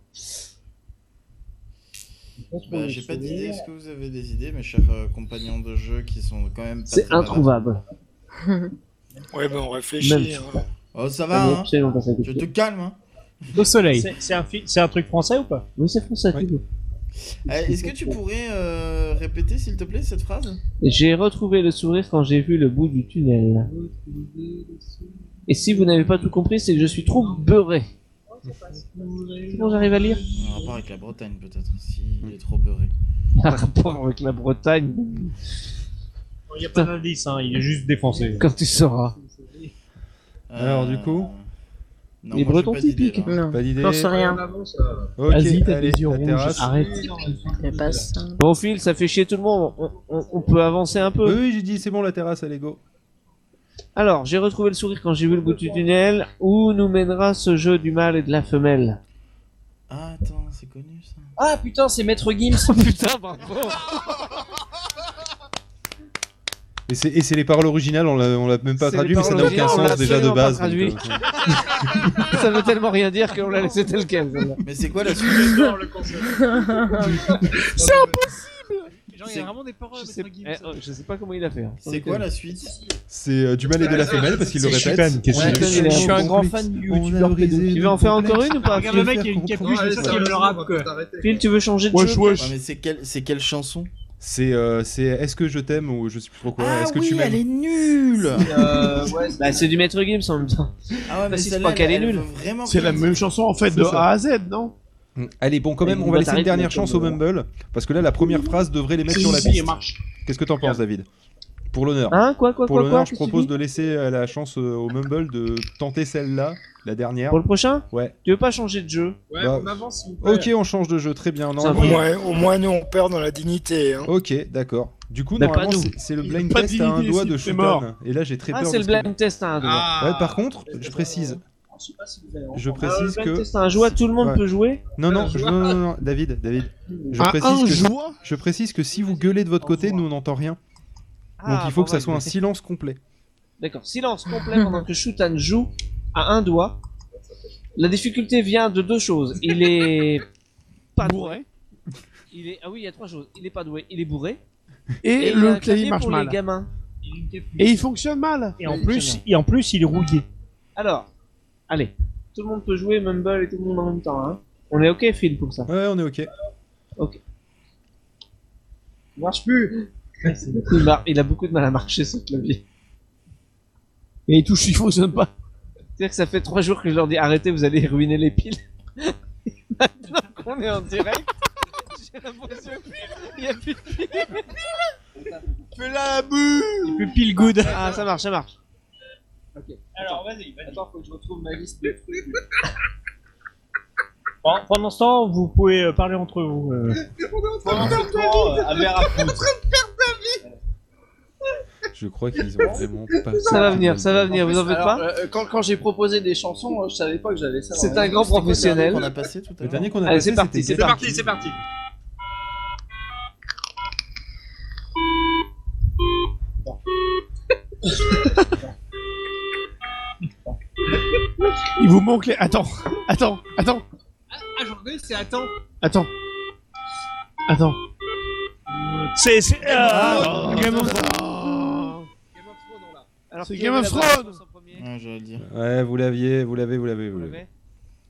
S5: Bah, j'ai pas d'idée. Est-ce que vous avez des idées, mes chers euh, compagnons de jeu qui sont quand même pas
S2: C'est
S5: très bavards
S2: introuvable.
S8: Ouais, ben on réfléchit.
S2: Même.
S8: hein.
S5: Oh, ça
S2: Ah,
S5: va, hein
S2: absolument pas ça.
S5: Je te calme, hein
S4: Le soleil.
S2: C'est- c'est un, fi- c'est un truc français ou pas Oui, c'est français.
S1: Oui.
S5: Euh, Est-ce que tu pourrais euh, répéter, s'il te plaît, cette phrase
S2: J'ai retrouvé le sourire quand j'ai vu le bout du tunnel. Et si vous n'avez pas tout compris, c'est que je suis trop beurré. C'est bon, j'arrive à lire
S5: En rapport avec la Bretagne, peut-être, s'il
S2: Hmm.
S5: est trop beurré.
S2: Un rapport avec la Bretagne,
S4: Il n'y a pas d'indice, hein, il est juste défoncé.
S2: quand tu sauras.
S5: Euh,
S1: Alors, du coup
S5: Non,
S2: Les
S5: moi, j'ai
S2: Bretons
S5: pas d'idée,
S2: typiques.
S5: là.
S2: Pas d'idée.
S10: J'en sais rien.
S1: Ok,
S2: Vas-y, t'as
S1: allez,
S2: des yeux
S1: la
S2: rouges,
S1: terrasse.
S2: arrête.
S10: Mais pas ça.
S2: Bon, Phil, ça fait chier tout le monde. On, on- on peut avancer un peu.
S1: Oui, oui, j'ai dit, c'est bon, la terrasse, allez, go.
S2: Alors, j'ai retrouvé le sourire quand j'ai vu le bout du tunnel. Où nous mènera ce jeu du mâle et de la femelle
S5: Ah, attends, c'est connu ça.
S15: Ah putain, c'est Maître Gims.
S2: putain, bravo.
S1: Et c'est, et c'est les paroles originales, on l'a, on l'a même pas
S2: C'est
S1: traduit,
S2: les
S1: mais ça n'a
S2: paroles
S1: aucun
S2: originales, on l'a
S1: sens déjà de
S2: absolument pas
S1: base. donc,
S2: traduit.
S1: euh,
S2: Ça veut tellement rien dire qu'on l'a laissé tel quel. celle-là.
S5: Mais c'est quoi la suite
S2: C'est impossible
S3: Genre, il y a vraiment des paroles.
S2: je sais, eh, oh, je sais pas comment il a fait. hein.
S5: C'est quoi la suite
S1: c'est euh, du mal et de la femelle parce qu'il le
S2: C'est
S1: répète.
S2: Chupin, qu'est-ce
S1: Ouais,
S2: que tu
S1: je-
S2: fais Je suis un
S1: je-
S2: grand
S1: je-
S2: fan du
S1: on a
S2: youtubeur
S1: brisé
S2: pédophile.
S1: nos
S2: Tu veux en faire encore
S1: complexes.
S2: une ou pas
S3: Regarde le
S2: Je vais
S3: mec, il a
S2: faire
S3: une capuche, je suis sûr qu'il aime le rap quoi.
S2: Phil, tu veux changer de
S5: Wesh,
S2: jeu
S5: wesh. Ouais, mais c'est quelle, c'est quelle chanson
S1: C'est, euh, c'est Est-ce que je t'aime ou je sais plus trop quoi.
S5: Ah
S1: Est-ce que
S5: oui,
S1: tu
S5: elle
S1: m'aimes
S5: est nulle
S15: Euh, ouais,
S2: Bah, c'est du maître Gims en même temps.
S5: Ah ouais, mais
S2: Bah, si, c'est
S5: celle-là,
S2: pas qu'elle est
S5: elle- elle
S2: nulle.
S5: veut vraiment
S16: C'est
S5: pas
S16: la
S5: dire.
S16: même chanson en fait de
S1: C'est ça.
S16: A à Z, non
S1: Mm. Allez, bon, quand même,
S2: Mais
S1: on
S2: on
S1: va
S2: va
S1: laisser une
S2: t'arrêter,
S1: dernière
S2: mais
S1: chance au
S2: comme, euh,
S1: Mumble parce que là, la première phrase devrait les mettre
S16: Si,
S1: sur la
S16: si, elle
S1: piste.
S16: marche.
S1: Qu'est-ce que t'en penses, David Pour l'honneur.
S2: Hein Quoi, quoi,
S1: Pour
S2: quoi, quoi
S1: l'honneur, je
S2: qu'est-ce que tu
S1: propose
S2: dis
S1: de laisser euh, la chance euh, au Mumble de tenter celle-là, la dernière.
S2: Pour le prochain
S1: Ouais.
S2: Tu veux pas changer de jeu
S1: Ouais, Bah, on
S4: avance, s'il
S1: Ok, on change de jeu, très bien. Non,
S2: Ça
S1: on-
S2: va.
S8: Au moins, au moins, nous, on perd dans la dignité. hein.
S1: Ok, d'accord. Du coup,
S2: Mais pas
S1: normalement,
S2: nous.
S1: c'est- c'est le blind
S16: pas
S1: test à un
S16: d'idée,
S1: doigt
S16: si
S1: de
S16: c'est mort.
S1: Shootan. Et là, j'ai très
S2: Ah,
S1: peur. de
S2: c'est le
S1: ce qu'il-
S2: blind test à un doigt.
S1: Ouais, par contre, je précise,
S15: Je sais pas si vous allez en
S1: je
S15: prendre.
S2: Ah, le
S1: précise
S2: blind
S1: que.
S2: test Ah, à un doigt, tout le monde
S1: Ouais.
S2: peut jouer
S1: Non, non, je- non, non, non, David, David. Je
S2: Ah,
S16: À
S2: oh,
S1: précise,
S16: un
S1: que,
S16: joie
S1: je précise que si vous gueulez de votre côté, nous on n'entend rien. Donc
S2: Ah,
S1: il faut
S2: bon,
S1: que ça
S2: ouais,
S1: soit un
S2: je-
S1: silence complet.
S2: D'accord, silence complet pendant que Shutan joue à un doigt. La difficulté vient de deux choses. Il est pas doué. Il est... Ah oui, il y a trois choses. Il est pas doué, il est bourré.
S16: Et,
S2: il a un
S16: le clavier marche
S2: pour les
S16: mal.
S2: gamins.
S16: Et il fonctionne mal.
S4: Et en plus, et en plus, il est rouillé.
S2: Alors, allez, tout le monde peut jouer Mumble et tout le monde en même temps. Hein. On est ok, Phil, pour ça.
S1: Ouais, on est ok.
S15: Ça marche plus.
S2: Il, mar- il a beaucoup de mal à marcher ce clavier.
S4: Et les touches, il fonctionne pas.
S2: C'est-à-dire que ça fait trois jours que je leur dis arrêtez, vous allez ruiner les piles. Maintenant qu'on est en direct, j'ai l'impression qu'il n'y a plus de piles.
S23: Fais la boue
S2: Plus pile good. Ah, ça marche, ça marche.
S15: Ok. Alors vas-y, vas-y. Attends, faut que je retrouve ma liste de trucs.
S4: Pen- Pendant ce temps, vous pouvez euh, parler entre vous. euh.
S15: Pendant ce temps, euh, un verre à foutre.
S1: Je crois qu'ils ont vraiment pas.
S2: Ça va venir, ça va venir, vous en faites
S15: Alors,
S2: pas
S15: euh, quand quand j'ai proposé des chansons, euh, je savais pas que j'avais ça. dans
S2: C'est
S15: la
S2: un
S15: liste.
S2: grand
S5: C'était quoi le dernier
S2: professionnel.
S5: qu'on a passé tout à
S1: Le
S5: l'heure.
S1: dernier qu'on a
S2: Allez,
S1: passé,
S2: c'est parti,
S1: c'était
S2: c'est parti.
S4: c'est parti.
S16: Il vous manque les. Attends, attends, attends,
S4: Ah, j'en connais, c'est attends.
S16: attends. Attends. C'est.
S3: euh,
S16: c'est- Ah, Game of Thrones.
S2: Alors,
S16: C'est
S2: qui
S16: Game
S2: avait
S16: of
S2: la bonne
S16: Thrones
S2: réponse en premier
S5: Ouais, j'allais le dire.
S1: Ouais, vous l'aviez, vous l'avez, vous l'avez. vous
S2: Vous
S1: l'avez.
S2: l'avez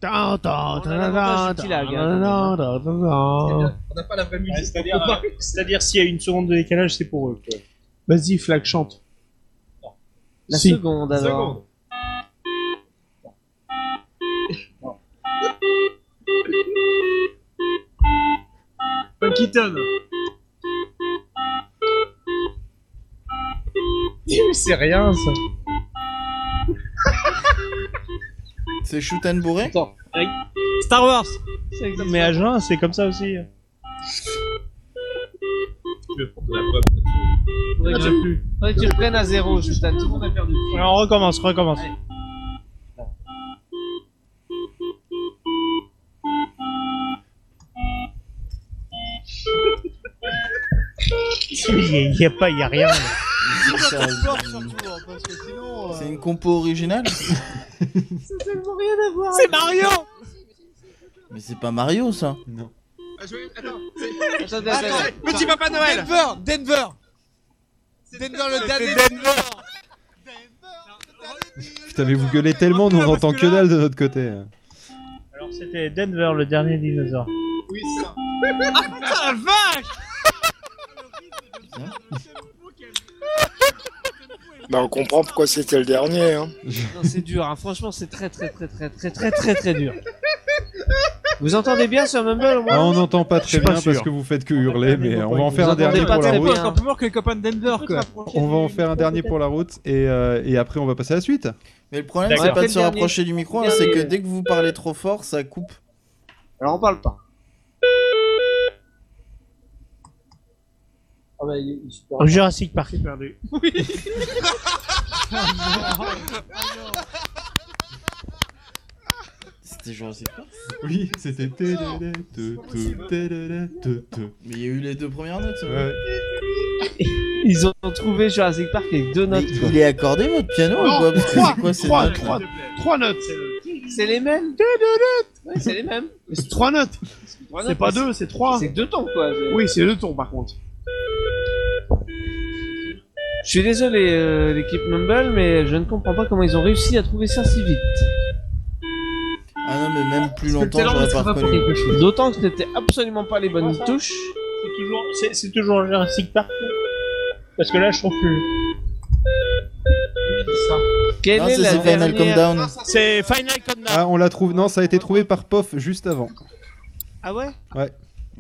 S16: Tan, tan,
S2: On a
S16: tan,
S2: l'avantage
S16: tan,
S2: du petit lag, hein,
S16: tan, tan, tan, tan.
S15: On n'a pas la vraie musique.
S4: C'est-à-dire, euh, c'est-à-dire, s'il y a une seconde de décalage, c'est pour eux. quoi.
S16: Vas-y, Flag, chante.
S2: La
S16: Si.
S2: seconde alors.
S4: Seconde. Funky Town. C'est rien ça.
S5: C'est Shootan bourré
S15: Attends.
S4: Star Wars.
S2: Ça existe.
S4: Mais à jeun, c'est comme ça
S3: hein.
S4: aussi.
S2: Faudrait que je- faudrait que tu reprennes à zéro, je t'ai- tout le monde a perdu.
S4: Alors, on recommence, recommence.
S2: Allez.
S4: Il n'y a, pas, il y a rien.
S5: C'est ça,
S2: hein, euh,
S5: C'est une compo originale
S2: Ça n'a tellement rien à voir.
S23: C'est Mario
S5: Mais c'est pas Mario ça
S1: Non.
S23: Attends,
S2: Attendez,
S23: Attends,
S2: attendez.
S23: petit papa Noël Denver Denver Denver le dernier Denver
S1: Putain, mais vous gueulez tellement, nous on entend que dalle de notre côté.
S4: Alors, c'était Denver, le dernier dinosaure.
S23: Oui, c'est ça Ah putain, la vache
S8: Bah, on comprend pourquoi c'était le dernier. hein.
S2: Non, c'est dur, hein. franchement, c'est très très très très très très très très dur. Vous entendez bien sur Mumble au moins
S1: Ah, on n'entend pas très
S2: suis pas
S1: bien parce
S2: sûr.
S1: que vous faites que hurler, mais on va en faire un dernier pour la route.
S3: encore plus mort que les copains de Denver, quoi.
S1: On va en faire un dernier pour la route et, euh, et après on va passer à la suite.
S5: Mais le problème, c'est
S1: D'accord.
S5: pas de se
S1: C'est le
S5: rapprocher du
S1: dernier.
S5: micro, hein,
S1: Dernier.
S5: c'est que dès que vous parlez trop fort, ça coupe.
S2: Alors on parle pas.
S15: Ah bah, il est- il est super.
S4: En Jurassic Park.
S16: perdu.
S15: Oui.
S5: C'était Jurassic Park
S1: Oui, c'était.
S5: Mais il y a eu les deux premières notes.
S1: Ouais.
S2: Ils ont trouvé Jurassic Park avec deux notes.
S5: Il est accordé votre piano ou
S2: Non,
S5: quoi Parce que
S2: trois,
S5: c'est quoi ces
S2: trois,
S5: notes
S2: trois.
S16: Trois notes.
S2: C'est les mêmes Deux notes Ouais, c'est les mêmes.
S16: Mais c'est trois notes.
S2: trois
S16: C'est
S2: notes,
S16: pas
S2: mais
S16: deux, c'est trois.
S2: C'est deux tons, quoi.
S16: Oui, c'est deux tours par contre.
S2: Je suis désolé, euh, l'équipe Mumble, mais je ne comprends pas comment ils ont réussi à trouver ça si vite.
S5: Ah non, mais même plus
S16: longtemps, j'aurais pas reconnu.
S2: D'autant que ce n'était absolument pas les bonnes
S4: Enfin,
S2: touches.
S4: C'est toujours, c'est, c'est toujours Jurassic Park. Parce que là, je trouve plus.
S2: Quelle
S5: Non, est ça, la c'est Final dernière-
S2: Ah,
S5: Countdown. Non, ça,
S4: C'est Final Countdown.
S1: Ah, on la trouve. Non, ça a été trouvé par Pof juste avant.
S2: Ah ouais
S1: Ouais.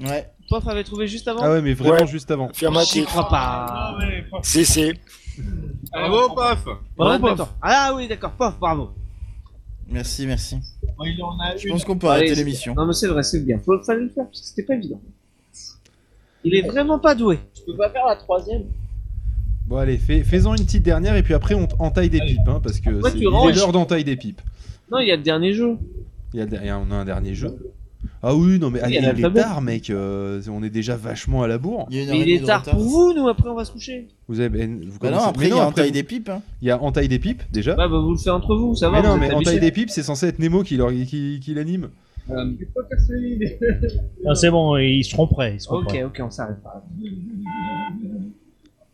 S5: Ouais.
S2: Pof avait trouvé juste avant
S1: Ah ouais, mais vraiment
S2: Ouais.
S1: juste avant.
S2: J'y crois
S16: Ah
S2: pas.
S8: Si, si.
S1: Ah,
S2: Bravo, Pof
S5: Bravo, Pof.
S2: Ah oui, d'accord, Pof, bravo.
S5: Merci, merci.
S2: Je
S5: pense qu'on peut arrêter l'émission.
S2: Non, mais c'est vrai, c'est bien. Faut, fallait le faire parce que c'était pas évident. Il est vraiment pas doué.
S15: Je peux pas faire la troisième.
S1: Bon, allez, fais- fais-en une petite dernière et puis après on t- entaille des pipes, hein, parce que
S2: Après,
S1: c'est
S2: tu
S1: il est
S2: ranges.
S1: l'heure d'entaille des pipes.
S2: Non, il y a le dernier jeu.
S1: Il y a, derrière, on a un dernier jeu. Ah oui, non mais
S2: Il
S1: allez,
S2: y a
S1: il est
S2: l'alphabet.
S1: tard, mec. euh, on est déjà vachement à la bourre.
S5: Il,
S2: Mais il est tard pour vous, nous, après on va se coucher.
S1: Vous avez, ben, vous
S5: Bah non,
S1: commencez-
S5: après,
S1: mais
S5: il y a
S1: après,
S5: Entaille
S1: vous-
S5: des Pipes, hein.
S1: Il y a entaille des pipes déjà.
S2: Ouais, bah vous le faites entre vous, ça va.
S1: mais non,
S2: vous
S1: mais
S2: êtes
S1: entaille
S2: habitués. Euh,
S1: des pipes, c'est censé être Nemo qui, leur- qui- qui l'anime.
S4: Non, c'est bon, ils se tromperaient. Ils se
S2: Ok,
S4: tromperaient.
S2: ok, on s'arrête pas.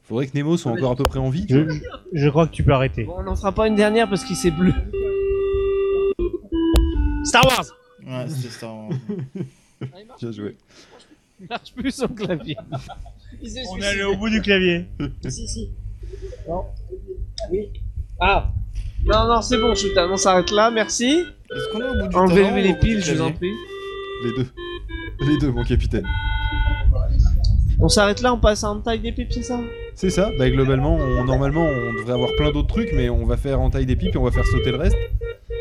S1: Faudrait que Nemo
S2: Ah,
S1: soit encore à peu près en vie. tu
S4: Je,
S1: vois.
S4: je- je crois que tu peux arrêter.
S2: Bon, on n'en fera pas une dernière parce qu'il s'est bleu.
S4: Star Wars
S5: Ouais, c'était Star Wars.
S1: Bien joué.
S2: Il marche plus sur le clavier. Il s'est
S4: On est
S2: suicidé.
S4: allé au bout du clavier.
S2: Si, si. Non. Oui. Ah Non, non, c'est bon, Shootan, on s'arrête là, merci.
S5: Est-ce qu'on est au bout du talent
S2: Enlevez
S5: ou au
S2: les
S5: bout du
S2: piles, je vous en
S5: clavier
S2: prie.
S1: Les deux. Les deux, mon capitaine.
S2: On s'arrête là, on passe en taille des pipes, c'est ça
S1: C'est ça, bah globalement, on- normalement on devrait avoir plein d'autres trucs, mais on va faire entaille des pipes et on va faire sauter le reste.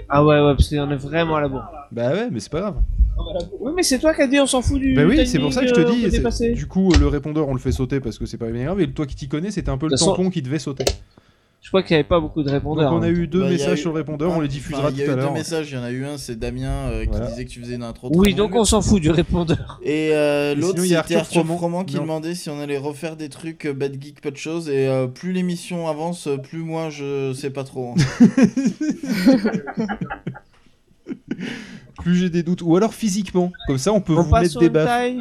S2: Ah ouais, ouais, parce qu'on est vraiment à la bourre.
S1: Bah ouais, mais c'est pas grave.
S2: Ah bah, Oui, mais c'est toi qui as dit on s'en fout du.
S1: Bah oui,
S2: timing,
S1: c'est pour ça que je te
S2: euh, on
S1: dis.
S2: peut
S1: c'est-
S2: dépasser.
S1: Du coup, le répondeur, on le fait sauter parce que c'est pas bien grave. Et toi qui t'y connais, c'était un peu le
S2: De toute façon-
S1: tampon qui devait sauter.
S2: Je crois qu'il n'y avait pas beaucoup de répondeurs.
S1: Donc on a
S2: hein.
S1: eu deux
S5: Bah, il y a
S1: messages
S5: eu-
S1: sur le répondeur, on les diffusera
S5: Enfin, Il y a
S1: tout à
S5: eu deux
S1: l'heure. hein.
S5: messages, il y en a eu un, c'est Damien euh, qui
S1: Voilà.
S5: disait que tu faisais une intro.
S2: Oui,
S5: trop
S2: donc
S5: longue.
S2: on s'en fout du répondeur.
S5: Et euh,
S1: Et
S5: l'autre,
S1: sinon, il y a
S5: c'était
S1: Arthur
S5: Arthur
S1: Froment.
S5: Froment qui
S1: Non.
S5: demandait si on allait refaire des trucs euh, bad geek, pas de choses. Et euh, plus l'émission avance, euh, plus moi je sais pas trop. hein.
S1: Plus j'ai des doutes. Ou alors physiquement, comme ça on peut
S2: On
S1: vous
S2: passe
S1: mettre
S2: sur
S1: des
S2: une
S1: baffes.
S2: taille.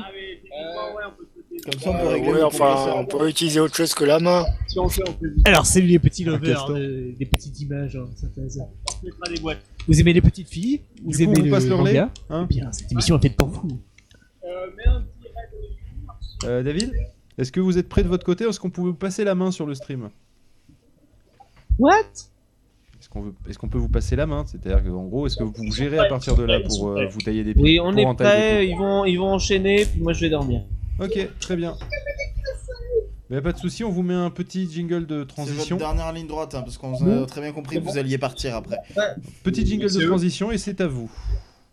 S5: Comme ça on peut
S8: Euh,
S5: régler
S8: ouais,
S5: le
S8: enfin,
S5: compresseur.
S8: on peut utiliser autre chose que la main.
S15: Si on le fait, on peut.
S4: Alors, c'est les petits
S1: Un
S4: lovers,
S1: castor.
S4: de- des petites images. hein, ça fait ça. Vous aimez les petites filles Vous
S1: Du coup,
S4: aimez
S1: on
S4: le
S1: passe leur lait,
S4: manga
S1: hein
S4: Eh bien, cette émission est faite pour vous.
S1: Euh, David, est-ce que vous êtes prêt de votre côté ou Est-ce qu'on pouvait vous passer la main sur le stream
S2: What
S1: Est-ce qu'on veut- est-ce qu'on peut vous passer la main C'est-à-dire qu'en gros, est-ce que vous vous gérez à partir de là pour euh, vous tailler des pipes
S2: Oui, on
S1: pour
S2: est
S1: en tailler
S2: prêts,
S1: des
S2: ils vont, ils vont enchaîner, puis moi je vais dormir.
S1: pipes Ok, très bien. Mais pas de souci, on vous met un petit jingle de
S5: C'est votre
S1: transition.
S5: dernière ligne droite, hein, parce qu'on a très bien compris que vous alliez partir après.
S1: Petit jingle de transition et c'est à vous.